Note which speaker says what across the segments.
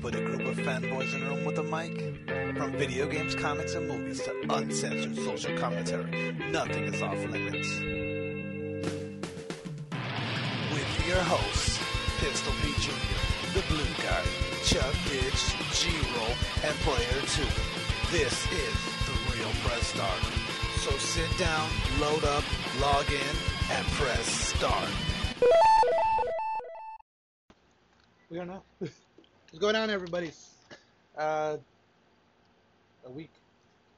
Speaker 1: put a group of fanboys in a room with a mic. From video games, comics, and movies to uncensored social commentary, nothing is off limits. With your hosts, Pistol Pete Jr., The Blue Guy, Chuck Bitch, G Roll, and Player 2. This is The Real Press Start. So sit down, load up, log in, and press start.
Speaker 2: We don't know. What's going on, everybody? Uh, a week.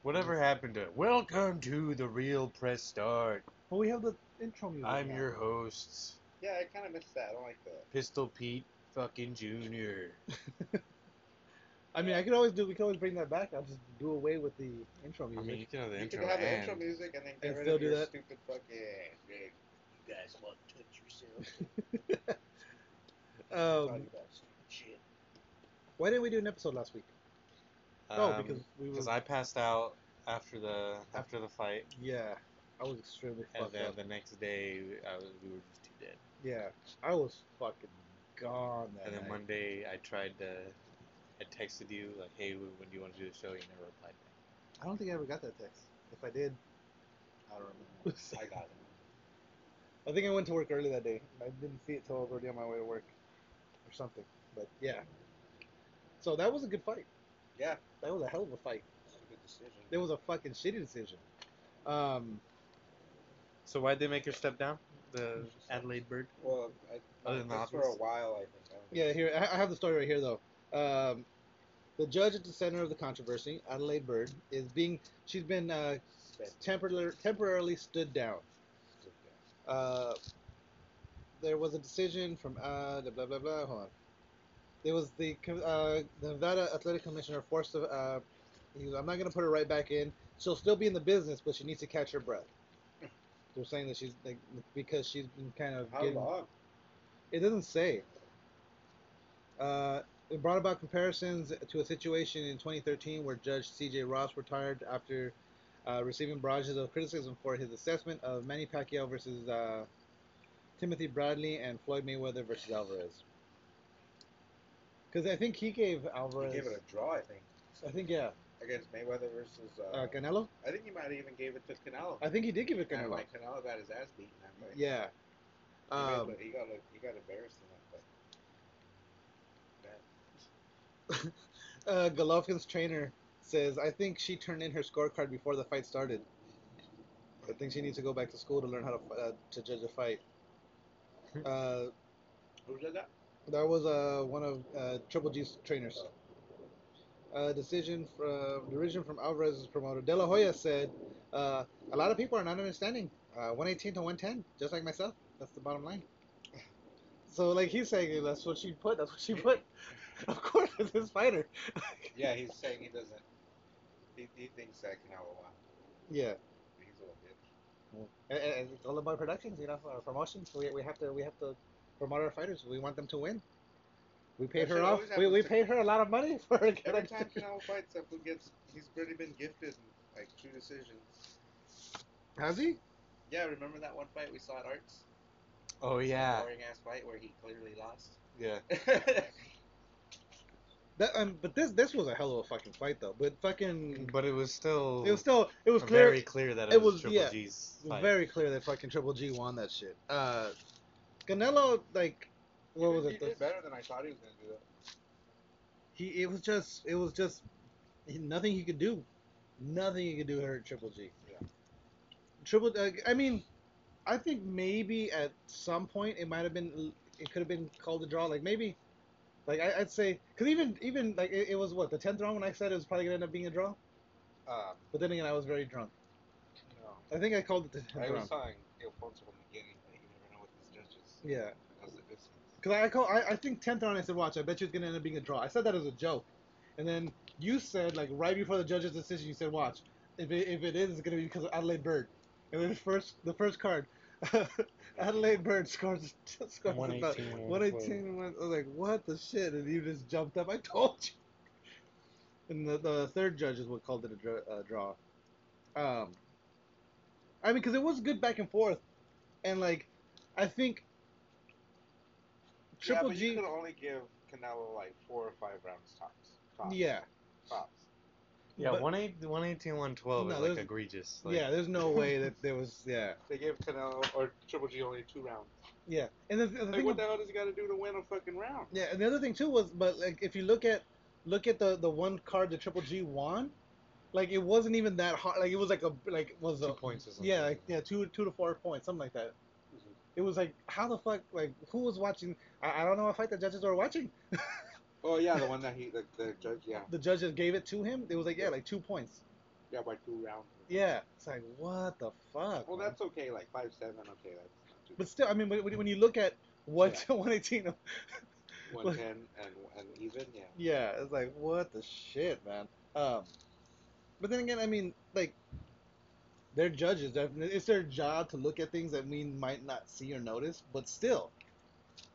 Speaker 3: Whatever happened to Welcome to the Real Press Start?
Speaker 2: Well, we have the intro music.
Speaker 3: I'm
Speaker 2: now.
Speaker 3: your host,
Speaker 4: Yeah, I kind of missed that. I don't like that.
Speaker 3: Pistol Pete fucking Junior.
Speaker 2: I mean, I could always do. We could always bring that back. I'll just do away with the intro
Speaker 3: I
Speaker 2: music.
Speaker 3: mean, you can have the
Speaker 4: You
Speaker 3: intro
Speaker 4: could have the
Speaker 3: and
Speaker 4: intro music and then get
Speaker 2: And
Speaker 4: rid
Speaker 2: still
Speaker 4: of
Speaker 2: do
Speaker 4: your
Speaker 2: that?
Speaker 4: stupid fucking. You guys want to touch yourselves?
Speaker 2: um, why didn't we do an episode last week? oh,
Speaker 3: um,
Speaker 2: because we were.
Speaker 3: because I passed out after the after the fight,
Speaker 2: yeah, I was extremely
Speaker 3: and
Speaker 2: fucked
Speaker 3: then
Speaker 2: up.
Speaker 3: the next day I was, we were just too dead.
Speaker 2: Yeah, I was fucking gone that
Speaker 3: And then
Speaker 2: night.
Speaker 3: Monday I tried to, I texted you like, hey, when do you want to do the show? You never replied back.
Speaker 2: I don't think I ever got that text. If I did, I don't remember.
Speaker 4: I got it.
Speaker 2: I think I went to work early that day. I didn't see it till I was already on my way to work, or something. But yeah. So that was a good fight.
Speaker 4: Yeah,
Speaker 2: That was a hell of a fight.
Speaker 4: it's a good decision.
Speaker 2: It was a fucking shitty decision. Um,
Speaker 3: So why'd they make her step down? The Adelaide Bird.
Speaker 4: Well, I,
Speaker 3: Other than the
Speaker 4: just for a
Speaker 3: obvious.
Speaker 4: while, I think. I don't
Speaker 2: yeah, here I I have the story right here though. Um, the judge at the center of the controversy, Adelaide Bird, is being she's been uh,
Speaker 4: think
Speaker 2: temporarily temporarily stood down.
Speaker 4: it's okay.
Speaker 2: Uh, there was a decision from uh, the blah blah blah. Hold on. There was the co- uh, the Nevada Athletic Commissioner forced to. Uh, he was, I'm not gonna put her right back in. She'll still be in the business, but she needs to catch her breath. They're saying that she's like, because she's been kind of
Speaker 4: How
Speaker 2: getting-
Speaker 4: long?
Speaker 2: It doesn't say. Uh, it brought about comparisons to a situation in 2013 where Judge C.J. Ross retired after uh, receiving barrages of criticism for his assessment of Manny Pacquiao versus uh, Timothy Bradley and Floyd Mayweather versus Alvarez. Because I think he gave
Speaker 4: He
Speaker 2: Alvarez.
Speaker 4: gave it a draw, I think,
Speaker 2: I think yeah,
Speaker 4: against Mayweather versus. Uh,
Speaker 2: uh, Canelo.
Speaker 4: I think he might have even gave it to Canelo.
Speaker 2: I think he did give it
Speaker 4: And,
Speaker 2: Canelo.
Speaker 4: like Canelo got his ass beaten that way.
Speaker 2: yeah.
Speaker 4: He got-
Speaker 2: Um,
Speaker 4: he got he got embarrassed in that fight.
Speaker 2: uh, Golovkin's trainer says, I think she turned in her scorecard before the fight started. I think she needs to go back to school to learn how to fi- uh, to judge a fight. Uh,
Speaker 4: Who said that?
Speaker 2: that was uh, one of uh, Triple G's trainers. Uh, decision from derision from Alvarez's promoter De La Hoya said, uh, "A lot of people are not understanding. Uh, 118 to 110, just like myself. That's the bottom line." So, like he's saying, that's what she put. That's what she put. of course, it's his fighter.
Speaker 4: Yeah, he's saying he doesn't. He, he thinks that Canelo won.
Speaker 2: Yeah.
Speaker 4: He's a little
Speaker 2: Uh,
Speaker 4: bitch.
Speaker 2: uh, It's all about productions, you know, our promotions. We, we have to we have to promote our fighters. We want them to win. We paid
Speaker 4: That
Speaker 2: her
Speaker 4: shit
Speaker 2: off.
Speaker 4: always
Speaker 2: We, we
Speaker 4: happens to-
Speaker 2: paid her a lot of money for her.
Speaker 4: Every time Canelo fights, that fool gets. He's already been gifted like two decisions.
Speaker 2: Has he?
Speaker 4: Yeah, remember that one fight we saw at Arts?
Speaker 3: Oh yeah,
Speaker 4: Boring ass fight where he clearly lost.
Speaker 3: yeah.
Speaker 2: That um, but this this was a hell of a fucking fight though. But fucking,
Speaker 3: But it was still
Speaker 2: it was still it was clear,
Speaker 3: very
Speaker 2: it
Speaker 3: clear that it,
Speaker 2: it
Speaker 3: was,
Speaker 2: was-
Speaker 3: Triple
Speaker 2: yeah,
Speaker 3: G's
Speaker 2: was
Speaker 3: fight.
Speaker 2: very clear that fucking Triple G won that shit. Uh, Canelo like, what was
Speaker 4: he
Speaker 2: it?
Speaker 4: He
Speaker 2: The-
Speaker 4: did better than I thought he was gonna do. That.
Speaker 2: he it was just it was just he- nothing he could do, nothing he could do hurt Triple G.
Speaker 4: Yeah.
Speaker 2: Triple, uh, I mean, I think maybe at some point it might have been it could have been called a draw. Like maybe, like I, I'd say because even even like it, it was what the tenth round when I said it was probably gonna end up being a draw.
Speaker 4: Um,
Speaker 2: But then again, I was very drunk.
Speaker 4: no.
Speaker 2: I think I called it the tenth
Speaker 4: I
Speaker 2: round.
Speaker 4: was telling Ilfonso from the beginning, but you never know what this judge is.
Speaker 2: Yeah.
Speaker 4: That's the difference.
Speaker 2: Because I, I call, I, I think tenth round. I said, "Watch, I bet you it's gonna end up being a draw." I said that as a joke, and then you said, like right before the judge's decision, you said, "Watch, if it, if it is, it's gonna be because of Adelaide Bird." And then the first, the first card, Adelaide Bird scores scores about
Speaker 3: 118,
Speaker 2: one eighteen. I was like, "What the shit?" And you just jumped up. I told you. And the, the third judge is what called it a dra- uh, draw. Um, I mean, because it was good back and forth, and like, I think Triple
Speaker 4: yeah, but
Speaker 2: G.
Speaker 4: You could only give Canelo like four or five rounds tops. tops
Speaker 2: Yeah,
Speaker 4: Tops.
Speaker 3: Yeah,
Speaker 2: But-
Speaker 3: one eight, one eighteen, one twelve
Speaker 2: No,
Speaker 3: is like
Speaker 2: there's-
Speaker 3: egregious. Like,
Speaker 2: yeah. There's no way that there was. Yeah,
Speaker 4: They gave Canelo or Triple G only two rounds.
Speaker 2: yeah. And the, the
Speaker 4: Like,
Speaker 2: thing
Speaker 4: what the hell does he got to do to win a fucking round?
Speaker 2: Yeah, and the other thing too was, but like if you look at look at the the one card that Triple G won, like it wasn't even that hard. Like it was like a like was
Speaker 3: two
Speaker 2: a
Speaker 3: points or something.
Speaker 2: yeah like yeah two two to four points something like that.
Speaker 4: Mhm.
Speaker 2: It was like how the fuck like who was watching? I, I don't know what fight the judges were watching.
Speaker 4: Oh yeah, the one that he the, the judge yeah
Speaker 2: The judges gave it to him. It was like yeah like two points.
Speaker 4: yeah by two rounds.
Speaker 2: Yeah, it's like what the fuck.
Speaker 4: Well,
Speaker 2: man?
Speaker 4: that's okay. Like five seven. Okay, that's not too
Speaker 2: But still, I mean, when, when you look at what
Speaker 4: Yeah.
Speaker 2: one eighteen,
Speaker 4: bad. one ten and and even yeah.
Speaker 2: Yeah, it's like what the shit, man. Um, but then again, I mean, like, they're judges. That- It's their job to look at things that we might not see or notice. But still,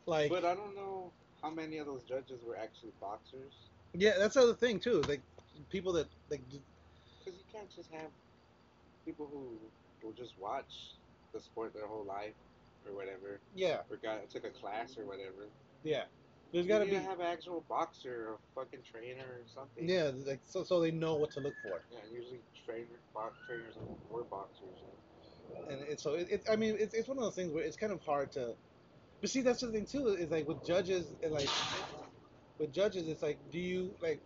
Speaker 2: like,
Speaker 4: But I don't know how many of those judges were actually boxers.
Speaker 2: yeah, that's the other thing too. Like, people that like, d-
Speaker 4: Because you can't just have people who will just watch the sport their whole life or whatever,
Speaker 2: yeah,
Speaker 4: or got took a class or whatever.
Speaker 2: yeah. There's
Speaker 4: You
Speaker 2: got to
Speaker 4: need
Speaker 2: be,
Speaker 4: to have an actual boxer or a fucking trainer or something.
Speaker 2: yeah, like, so so they know what to look for.
Speaker 4: Yeah, usually trainer, box trainers were boxers.
Speaker 2: and it's so it, it I mean it's, it's one of those things where it's kind of hard to but see that's the thing too is like with judges and like with judges it's like do you like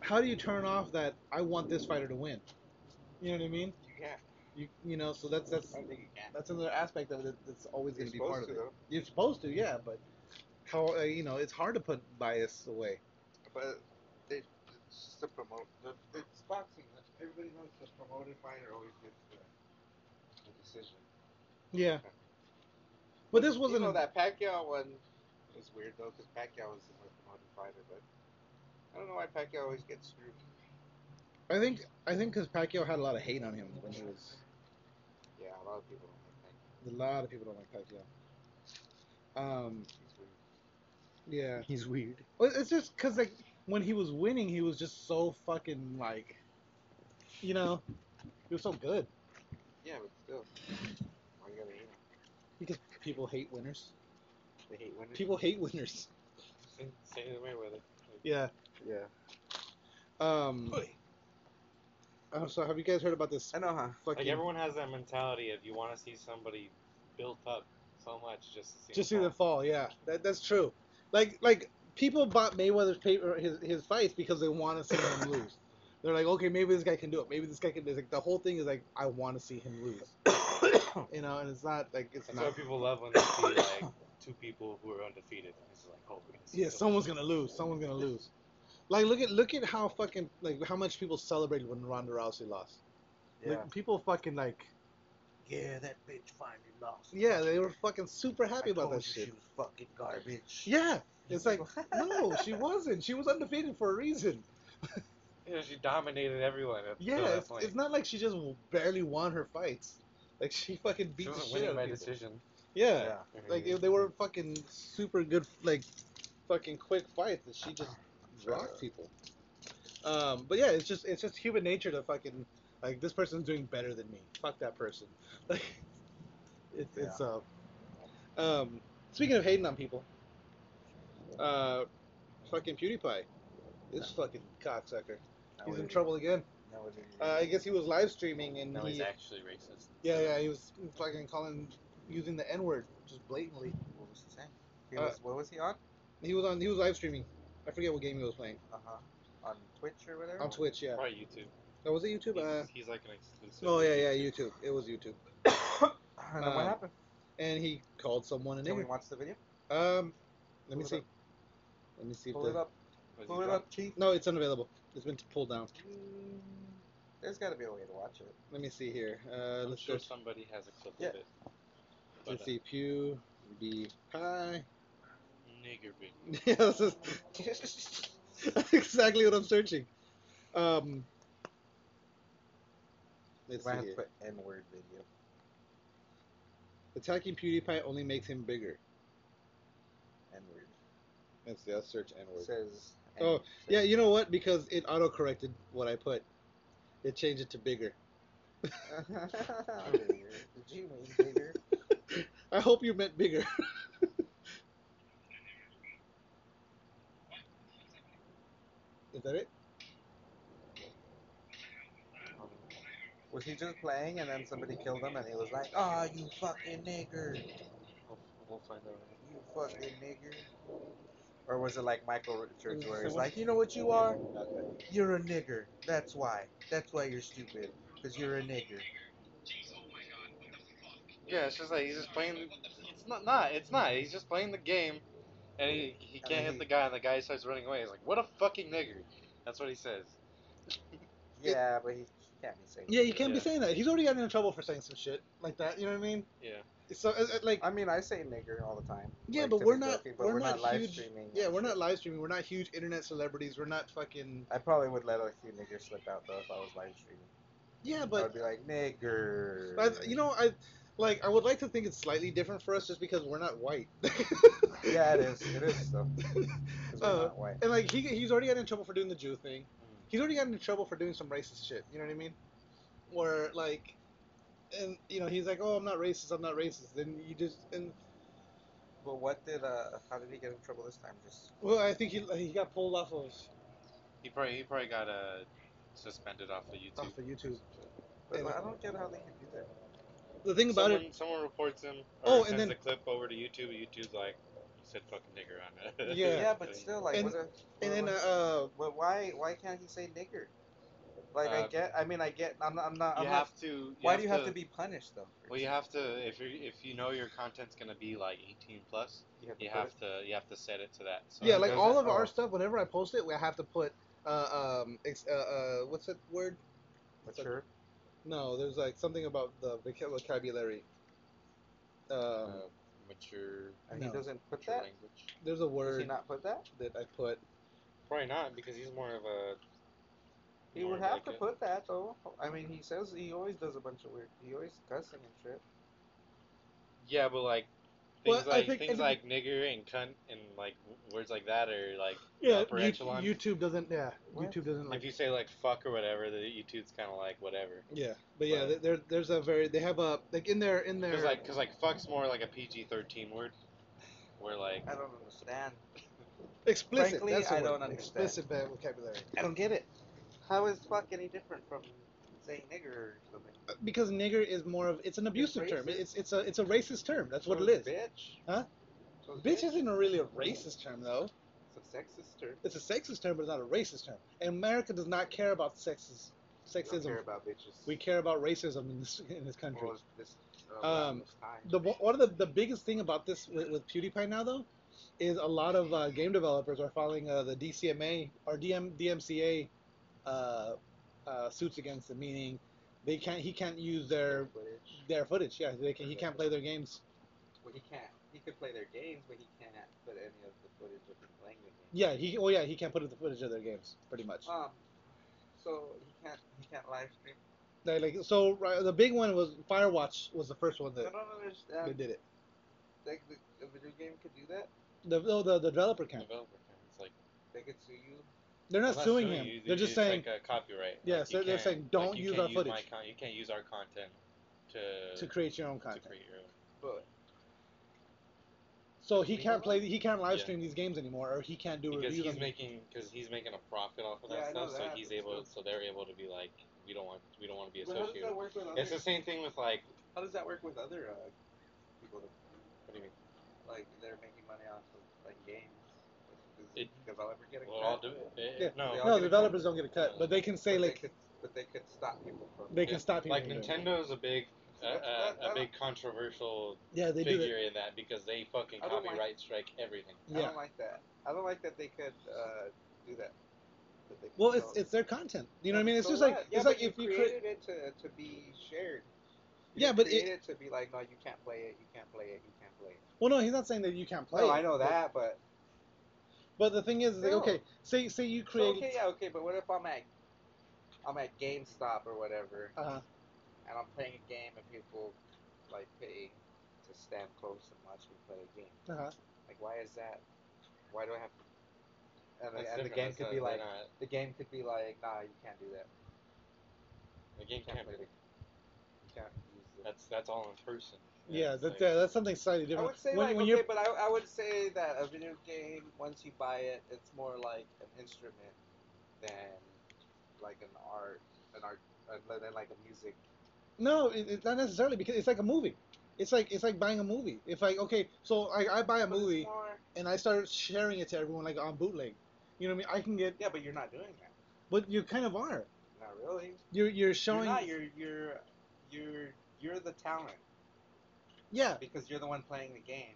Speaker 2: how do you turn off that I want this fighter to win you know what I mean
Speaker 4: You can't.
Speaker 2: you you know so that's that's
Speaker 4: I don't think you can.
Speaker 2: that's another aspect of it that's always
Speaker 4: You're
Speaker 2: going to be part of
Speaker 4: supposed to,
Speaker 2: it
Speaker 4: though.
Speaker 2: you're supposed to yeah but how uh, you know it's hard to put bias away
Speaker 4: But they, it's just to promote. the- It's boxing. Everybody knows the promoted fighter always gets the, the decision.
Speaker 2: yeah but this wasn't
Speaker 4: You know, that Pacquiao one is weird though, because Pacquiao was the most promoted fighter, but I don't know why Pacquiao always gets screwed.
Speaker 2: I think I think because Pacquiao had a lot of hate on him when he was
Speaker 4: Yeah, a lot of people don't like
Speaker 2: a
Speaker 4: Pacquiao.
Speaker 2: lot of people don't like Pacquiao um
Speaker 4: He's weird.
Speaker 2: yeah
Speaker 3: he's weird.
Speaker 2: Well, it's just because like when he was winning, he was just so fucking like, you know, he was so good
Speaker 4: Yeah, but still, why you gotta hate him?
Speaker 2: because people hate winners.
Speaker 4: They hate winners.
Speaker 2: People hate winners.
Speaker 3: Same, same as Mayweather.
Speaker 2: Yeah.
Speaker 4: Yeah.
Speaker 2: Um. Oh, so have you guys heard about this
Speaker 4: I know, huh?
Speaker 2: fucking?
Speaker 3: Like everyone has that mentality of you want to see somebody built up so much just to see.
Speaker 2: just see
Speaker 3: them
Speaker 2: the
Speaker 3: fall.
Speaker 2: fall. Yeah, that, that's true. Like like people bought Mayweather's paper his his fights because they want to see him lose. They're like, okay, maybe this guy can do it. Maybe this guy can. do it. Like the whole thing is like, I want to see him lose. you know, and it's not like it's
Speaker 3: That's why
Speaker 2: not.
Speaker 3: people love when they see like two people who are undefeated. It's just like, oh, we're gonna see
Speaker 2: Yeah,
Speaker 3: them.
Speaker 2: someone's gonna lose. Someone's gonna lose. Like look at look at how fucking like how much people celebrated when Ronda Rousey lost.
Speaker 4: Yeah.
Speaker 2: Like, people fucking like
Speaker 1: Yeah, that bitch finally lost.
Speaker 2: yeah, they were fucking super happy about that
Speaker 1: She
Speaker 2: shit.
Speaker 1: was fucking garbage.
Speaker 2: Yeah. It's like no, she wasn't. She was undefeated for a reason.
Speaker 3: Yeah, she dominated everyone. Up
Speaker 2: Yeah,
Speaker 3: till that
Speaker 2: it's,
Speaker 3: point.
Speaker 2: it's not like she just barely won her fights. Like she fucking
Speaker 3: She
Speaker 2: beat the
Speaker 3: wasn't
Speaker 2: shit out
Speaker 3: winning
Speaker 2: of
Speaker 3: by
Speaker 2: people.
Speaker 3: decision.
Speaker 2: Yeah.
Speaker 1: Yeah.
Speaker 2: Like they were fucking super good, like fucking quick fights that she just rocked people. Um, but yeah, it's just it's just human nature to fucking like this person's doing better than me. Fuck that person. Like it's it's uh um speaking of hating on people, uh, fucking PewDiePie, this fucking cocksucker, he's in trouble again.
Speaker 1: No, it
Speaker 2: Uh, I guess he was live streaming and
Speaker 3: No,
Speaker 2: he
Speaker 3: he's actually racist.
Speaker 2: yeah yeah he was fucking calling using the N word just blatantly.
Speaker 1: What was he saying?
Speaker 4: He
Speaker 2: Uh,
Speaker 4: was, what was he on?
Speaker 2: He was on. He was live streaming. I forget what game he was playing
Speaker 1: Uh
Speaker 4: Uh-huh.
Speaker 1: huh. On Twitch or whatever?
Speaker 2: on Twitch. Yeah.
Speaker 3: Probably YouTube.
Speaker 2: Oh, was it YouTube?
Speaker 3: He's,
Speaker 2: Uh,
Speaker 3: he's like an exclusive.
Speaker 2: oh yeah, yeah, YouTube. It was YouTube.
Speaker 1: I don't know what
Speaker 2: Uh,
Speaker 1: happened.
Speaker 2: And he called someone a
Speaker 1: Can we
Speaker 2: nigger.
Speaker 1: watch the video?
Speaker 2: Um, let
Speaker 1: Pull
Speaker 2: me
Speaker 1: it
Speaker 2: see.
Speaker 1: up.
Speaker 2: Let me see if
Speaker 1: Pull it
Speaker 2: the.
Speaker 1: up.
Speaker 3: Was
Speaker 1: Pull
Speaker 3: he
Speaker 1: it
Speaker 3: drunk?
Speaker 1: up, Chief.
Speaker 2: No, it's unavailable. It's been pulled down.
Speaker 1: Mm, There's got to be a way to watch it.
Speaker 2: Let me see here. Uh,
Speaker 3: I'm
Speaker 2: let's
Speaker 3: sure
Speaker 2: just
Speaker 3: somebody has a clip
Speaker 1: Yeah.
Speaker 3: of it. But,
Speaker 2: let's
Speaker 3: uh,
Speaker 2: see. Pew B pie.
Speaker 3: Nigger bitch.
Speaker 2: yeah, this is that's exactly what I'm searching. Um, let's
Speaker 1: Might
Speaker 2: see
Speaker 1: have to
Speaker 2: here.
Speaker 1: put N-word video.
Speaker 2: Attacking PewDiePie only makes him bigger.
Speaker 1: N-word.
Speaker 2: Let's see. I'll search N
Speaker 1: It
Speaker 2: word.
Speaker 1: says.
Speaker 2: Oh,
Speaker 1: N-word.
Speaker 2: Yeah, you know what? Because it auto corrected what I put. It changed it to bigger.
Speaker 1: Did you mean bigger?
Speaker 2: I hope you meant bigger. Is that it?
Speaker 4: Was he just playing and then somebody killed him and he was like, "Ah, you fucking nigger,
Speaker 3: We'll, we'll find out.
Speaker 4: you fucking nigger," or was it like Michael Richards where
Speaker 2: So
Speaker 4: he's
Speaker 2: what-
Speaker 4: like, "You know what you are? You're a nigger. That's why. That's why you're stupid. Cause you're a nigger."
Speaker 3: Yeah, it's just like he's just playing. It's not, not. It's not. He's just playing the game, and he, he
Speaker 4: I
Speaker 3: can't
Speaker 4: mean,
Speaker 3: hit the guy, and the guy starts running away. He's like, "What a fucking nigger!" That's what he says.
Speaker 4: Yeah, but he, he can't be saying.
Speaker 2: Yeah, you can't be
Speaker 3: Yeah.
Speaker 2: saying that. He's already gotten in trouble for saying some shit like that. You know what I mean?
Speaker 3: Yeah.
Speaker 2: So uh, uh, like,
Speaker 4: I mean, I say nigger all the time.
Speaker 2: yeah,
Speaker 4: like,
Speaker 2: but,
Speaker 4: to
Speaker 2: we're
Speaker 4: be
Speaker 2: not,
Speaker 4: joking, but
Speaker 2: we're, not huge.
Speaker 4: streaming.
Speaker 2: yeah, we're not live streaming. We're not huge internet celebrities. We're not fucking.
Speaker 4: I probably would let a few niggers slip out though if I was live streaming.
Speaker 2: Yeah,
Speaker 4: I
Speaker 2: but
Speaker 4: would be like nigger.
Speaker 2: I, you know, I like I would like to think it's slightly different for us just because we're not white.
Speaker 4: Yeah, it is. It is though. 'cause we're
Speaker 2: Uh,
Speaker 4: not white.
Speaker 2: And like he, he's already gotten in trouble for doing the Jew
Speaker 4: Mm.
Speaker 2: thing. He's already gotten in trouble for doing some racist shit. You know what I mean? Where like, and you know he's like, oh, I'm not racist. I'm not racist. Then you just and
Speaker 4: But what did uh? How did he get in trouble this time? Just
Speaker 2: well, I think he he got pulled off of
Speaker 3: He probably he probably got uh, suspended off the YouTube.
Speaker 2: off of YouTube.
Speaker 4: but
Speaker 2: Yeah.
Speaker 4: I don't get how they can do that.
Speaker 2: The thing about
Speaker 3: someone,
Speaker 2: it,
Speaker 3: someone reports him.
Speaker 2: Oh,
Speaker 3: oh,
Speaker 2: and
Speaker 3: sends
Speaker 2: then-
Speaker 3: the clip over to YouTube. and YouTube's like, "You said fucking nigger on it."
Speaker 2: Yeah.
Speaker 4: Yeah, but still, like,
Speaker 2: And-
Speaker 4: what a,
Speaker 2: and then
Speaker 4: what a-
Speaker 2: uh,
Speaker 4: but why why can't he say nigger? Like I
Speaker 3: Uh,
Speaker 4: get, I mean I get, I'm not, I'm not. I'm
Speaker 3: You
Speaker 4: not
Speaker 3: have to. you
Speaker 4: why do you have to be punished though?
Speaker 3: Well, you have to if you if you know your content's gonna be like 18 plus,
Speaker 4: You have to
Speaker 3: you
Speaker 4: put
Speaker 3: have
Speaker 4: it-
Speaker 3: to you have to set it to that. So
Speaker 2: yeah,
Speaker 3: it
Speaker 2: like
Speaker 3: doesn't-
Speaker 2: all of
Speaker 4: oh.
Speaker 2: our stuff. Whenever I post it, I have to put uh um ex- uh, uh what's that word?
Speaker 4: mature.
Speaker 2: No, there's like something about the voc- vocabulary.
Speaker 3: uh,
Speaker 2: Um,
Speaker 3: mature,
Speaker 4: And
Speaker 2: no.
Speaker 4: he doesn't put
Speaker 3: mature
Speaker 4: that.
Speaker 3: language.
Speaker 2: there's a
Speaker 4: Does he
Speaker 2: word
Speaker 4: not put that?
Speaker 2: that I put.
Speaker 3: Probably not because he's more of a.
Speaker 4: He
Speaker 3: more
Speaker 4: would
Speaker 3: of
Speaker 4: have
Speaker 3: like
Speaker 4: to
Speaker 3: a-
Speaker 4: put that though. I mean, he says he always does a bunch of weird. He always cussing and shit.
Speaker 3: Yeah, but like
Speaker 2: Well,
Speaker 3: things
Speaker 2: I
Speaker 3: like
Speaker 2: think- I
Speaker 3: things
Speaker 2: think-
Speaker 3: like nigger and cunt and like w- words like that are like
Speaker 2: Yeah,
Speaker 3: upper
Speaker 2: you-
Speaker 3: echelon.
Speaker 2: YouTube doesn't. Yeah,
Speaker 4: What?
Speaker 2: YouTube doesn't like.
Speaker 3: if you say like fuck or whatever, the E YouTube's kind of like whatever.
Speaker 2: Yeah, but yeah,
Speaker 3: Right.
Speaker 2: there- there there's a very they have a like in their in their
Speaker 3: Because like, cause like fuck's more like a PG thirteen word, where like
Speaker 4: I don't understand.
Speaker 2: explicit.
Speaker 4: frankly,
Speaker 2: that's the
Speaker 4: I
Speaker 2: word,
Speaker 4: don't understand.
Speaker 2: Explicit bad vocabulary.
Speaker 4: I don't get it. How is fuck any different from saying nigger or something?
Speaker 2: Uh, Because nigger is more of it's an abusive term.
Speaker 4: racist.
Speaker 2: It's it's a it's a racist term. That's what
Speaker 4: So
Speaker 2: it is.
Speaker 4: Bitch.
Speaker 2: Huh?
Speaker 4: So
Speaker 2: Bitch isn't a really a racist term though.
Speaker 4: It's a sexist term.
Speaker 2: It's a sexist term, but it's not a racist term. And America does not care about sexis,
Speaker 4: We don't
Speaker 2: sexism.
Speaker 4: care about bitches.
Speaker 2: we care about racism in this in this country.
Speaker 4: Well, this,
Speaker 2: Um,
Speaker 4: um, this time.
Speaker 2: the one one of the, the biggest thing about this with, with PewDiePie now though is a lot of uh, game developers are filing uh, the DCMA or DM DMCA uh, uh, suits against him, meaning they can't he can't use their
Speaker 4: footage.
Speaker 2: their footage. Yeah, they can, he can't play their games.
Speaker 4: Well, he can't. He could play their games, but he can't put any of the footage of him playing the game.
Speaker 2: Yeah, he oh yeah he can't put up the footage of their games pretty much.
Speaker 4: Um, so he can't. He can't live stream.
Speaker 2: Like, like so right, the big one was Firewatch was the first one
Speaker 4: I
Speaker 2: that
Speaker 4: don't
Speaker 2: they
Speaker 4: understand.
Speaker 2: did it.
Speaker 4: Like the, a video game could do that.
Speaker 2: The no, the, the developer can.
Speaker 3: developer, it's like
Speaker 4: They could sue you.
Speaker 2: They're not
Speaker 3: I'm
Speaker 2: suing him.
Speaker 3: you,
Speaker 2: They're
Speaker 3: it's
Speaker 2: just saying
Speaker 3: like a copyright.
Speaker 2: Yeah,
Speaker 3: Like,
Speaker 2: so
Speaker 3: you
Speaker 2: they're
Speaker 3: can't-
Speaker 2: saying,
Speaker 3: like,
Speaker 2: don't
Speaker 3: you
Speaker 2: use
Speaker 3: can't
Speaker 2: our
Speaker 3: my
Speaker 2: footage.
Speaker 3: con- you can't use our content to
Speaker 2: to create your own content.
Speaker 3: to create your own.
Speaker 4: But
Speaker 2: So he
Speaker 4: Legal
Speaker 2: can't play. He can't live
Speaker 3: Yeah.
Speaker 2: stream these games anymore, or he can't do
Speaker 3: because
Speaker 2: reviews.
Speaker 3: he's
Speaker 2: on-
Speaker 3: making because he's making a profit off of that
Speaker 4: Yeah, I know
Speaker 3: stuff, so
Speaker 4: that,
Speaker 3: he's
Speaker 4: but
Speaker 3: able, so
Speaker 4: still.
Speaker 3: they're able to be like, we don't want, we don't want to be
Speaker 4: but how does
Speaker 3: associated.
Speaker 4: that work with other?
Speaker 3: It's the same thing with like,
Speaker 4: How does that work with other uh, people? That,
Speaker 3: what do you mean?
Speaker 4: like they're making money off of like games. Does the
Speaker 3: It-
Speaker 4: developer get a
Speaker 3: Well,
Speaker 4: cut?
Speaker 3: I'll do it. it-
Speaker 2: Yeah.
Speaker 3: No,
Speaker 4: They all
Speaker 2: no,
Speaker 4: get a
Speaker 2: developers don't get a cut,
Speaker 3: No.
Speaker 2: but they can say
Speaker 4: but
Speaker 2: like
Speaker 4: they could, but they could stop people from.
Speaker 2: they can
Speaker 3: Yeah,
Speaker 2: stop you.
Speaker 3: like
Speaker 2: from doing it.
Speaker 3: Nintendo is a big, uh,
Speaker 4: So that's- that-
Speaker 3: uh,
Speaker 4: I
Speaker 3: a big
Speaker 4: don't-
Speaker 3: controversial
Speaker 2: Yeah, they do that.
Speaker 3: figure in that because they fucking
Speaker 4: I don't like-
Speaker 3: copyright strike everything.
Speaker 4: I
Speaker 2: Yeah.
Speaker 4: don't like that. I don't like that they could uh, do that. that they could
Speaker 2: Well, it's
Speaker 4: sell-
Speaker 2: it's their content. You know what I mean? It's
Speaker 4: So
Speaker 2: just
Speaker 4: what?
Speaker 2: like
Speaker 4: yeah,
Speaker 2: it's
Speaker 4: but
Speaker 2: like if you create.
Speaker 4: created it to, to be shared.
Speaker 2: Yeah, but it-
Speaker 4: created it to be like, no, you can't play it. You can't play it. You can't play it.
Speaker 2: Well, no, he's not saying that you can't play.
Speaker 4: no,
Speaker 2: it,
Speaker 4: I know
Speaker 2: but-
Speaker 4: that, but
Speaker 2: But the thing is, is like,
Speaker 4: No.
Speaker 2: okay, say say you
Speaker 4: so,
Speaker 2: create.
Speaker 4: okay, yeah, okay. But what if I'm at I'm at GameStop or whatever,
Speaker 2: Uh,
Speaker 4: and I'm playing a game, and people like pay to stand close and watch me play a game.
Speaker 2: uh
Speaker 4: Like, why is that? Why do I have to? And,
Speaker 3: That's
Speaker 4: the, and the
Speaker 3: different.
Speaker 4: game
Speaker 3: That's
Speaker 4: could
Speaker 3: not-
Speaker 4: be
Speaker 3: they're
Speaker 4: like,
Speaker 3: not-
Speaker 4: the game could be like, nah, you can't do that.
Speaker 3: the game
Speaker 4: You can't
Speaker 3: can't
Speaker 4: play
Speaker 3: be.
Speaker 4: the. You can't use the.
Speaker 3: That's that's all in person.
Speaker 2: Yeah,
Speaker 3: it's
Speaker 2: that's
Speaker 3: like-
Speaker 2: yeah, that's something slightly
Speaker 4: I
Speaker 2: different.
Speaker 4: would say
Speaker 2: when,
Speaker 4: like
Speaker 2: when
Speaker 4: okay,
Speaker 2: you're,
Speaker 4: but I, I would say that a video game once you buy it, it's more like an instrument than like an art, an art, uh, than like a music.
Speaker 2: No, it, it's not necessarily because it's like a movie. It's like it's like buying a movie. If like okay, so I, I buy a
Speaker 4: But it's
Speaker 2: movie
Speaker 4: more-
Speaker 2: and I start sharing it to everyone like on bootleg. You know what I mean? I can get,
Speaker 4: yeah, but you're not doing that.
Speaker 2: but you kind of are.
Speaker 4: Not really.
Speaker 2: You're you're showing.
Speaker 4: You're not. You're you're you're you're the talent
Speaker 2: yeah,
Speaker 4: because you're the one playing the game.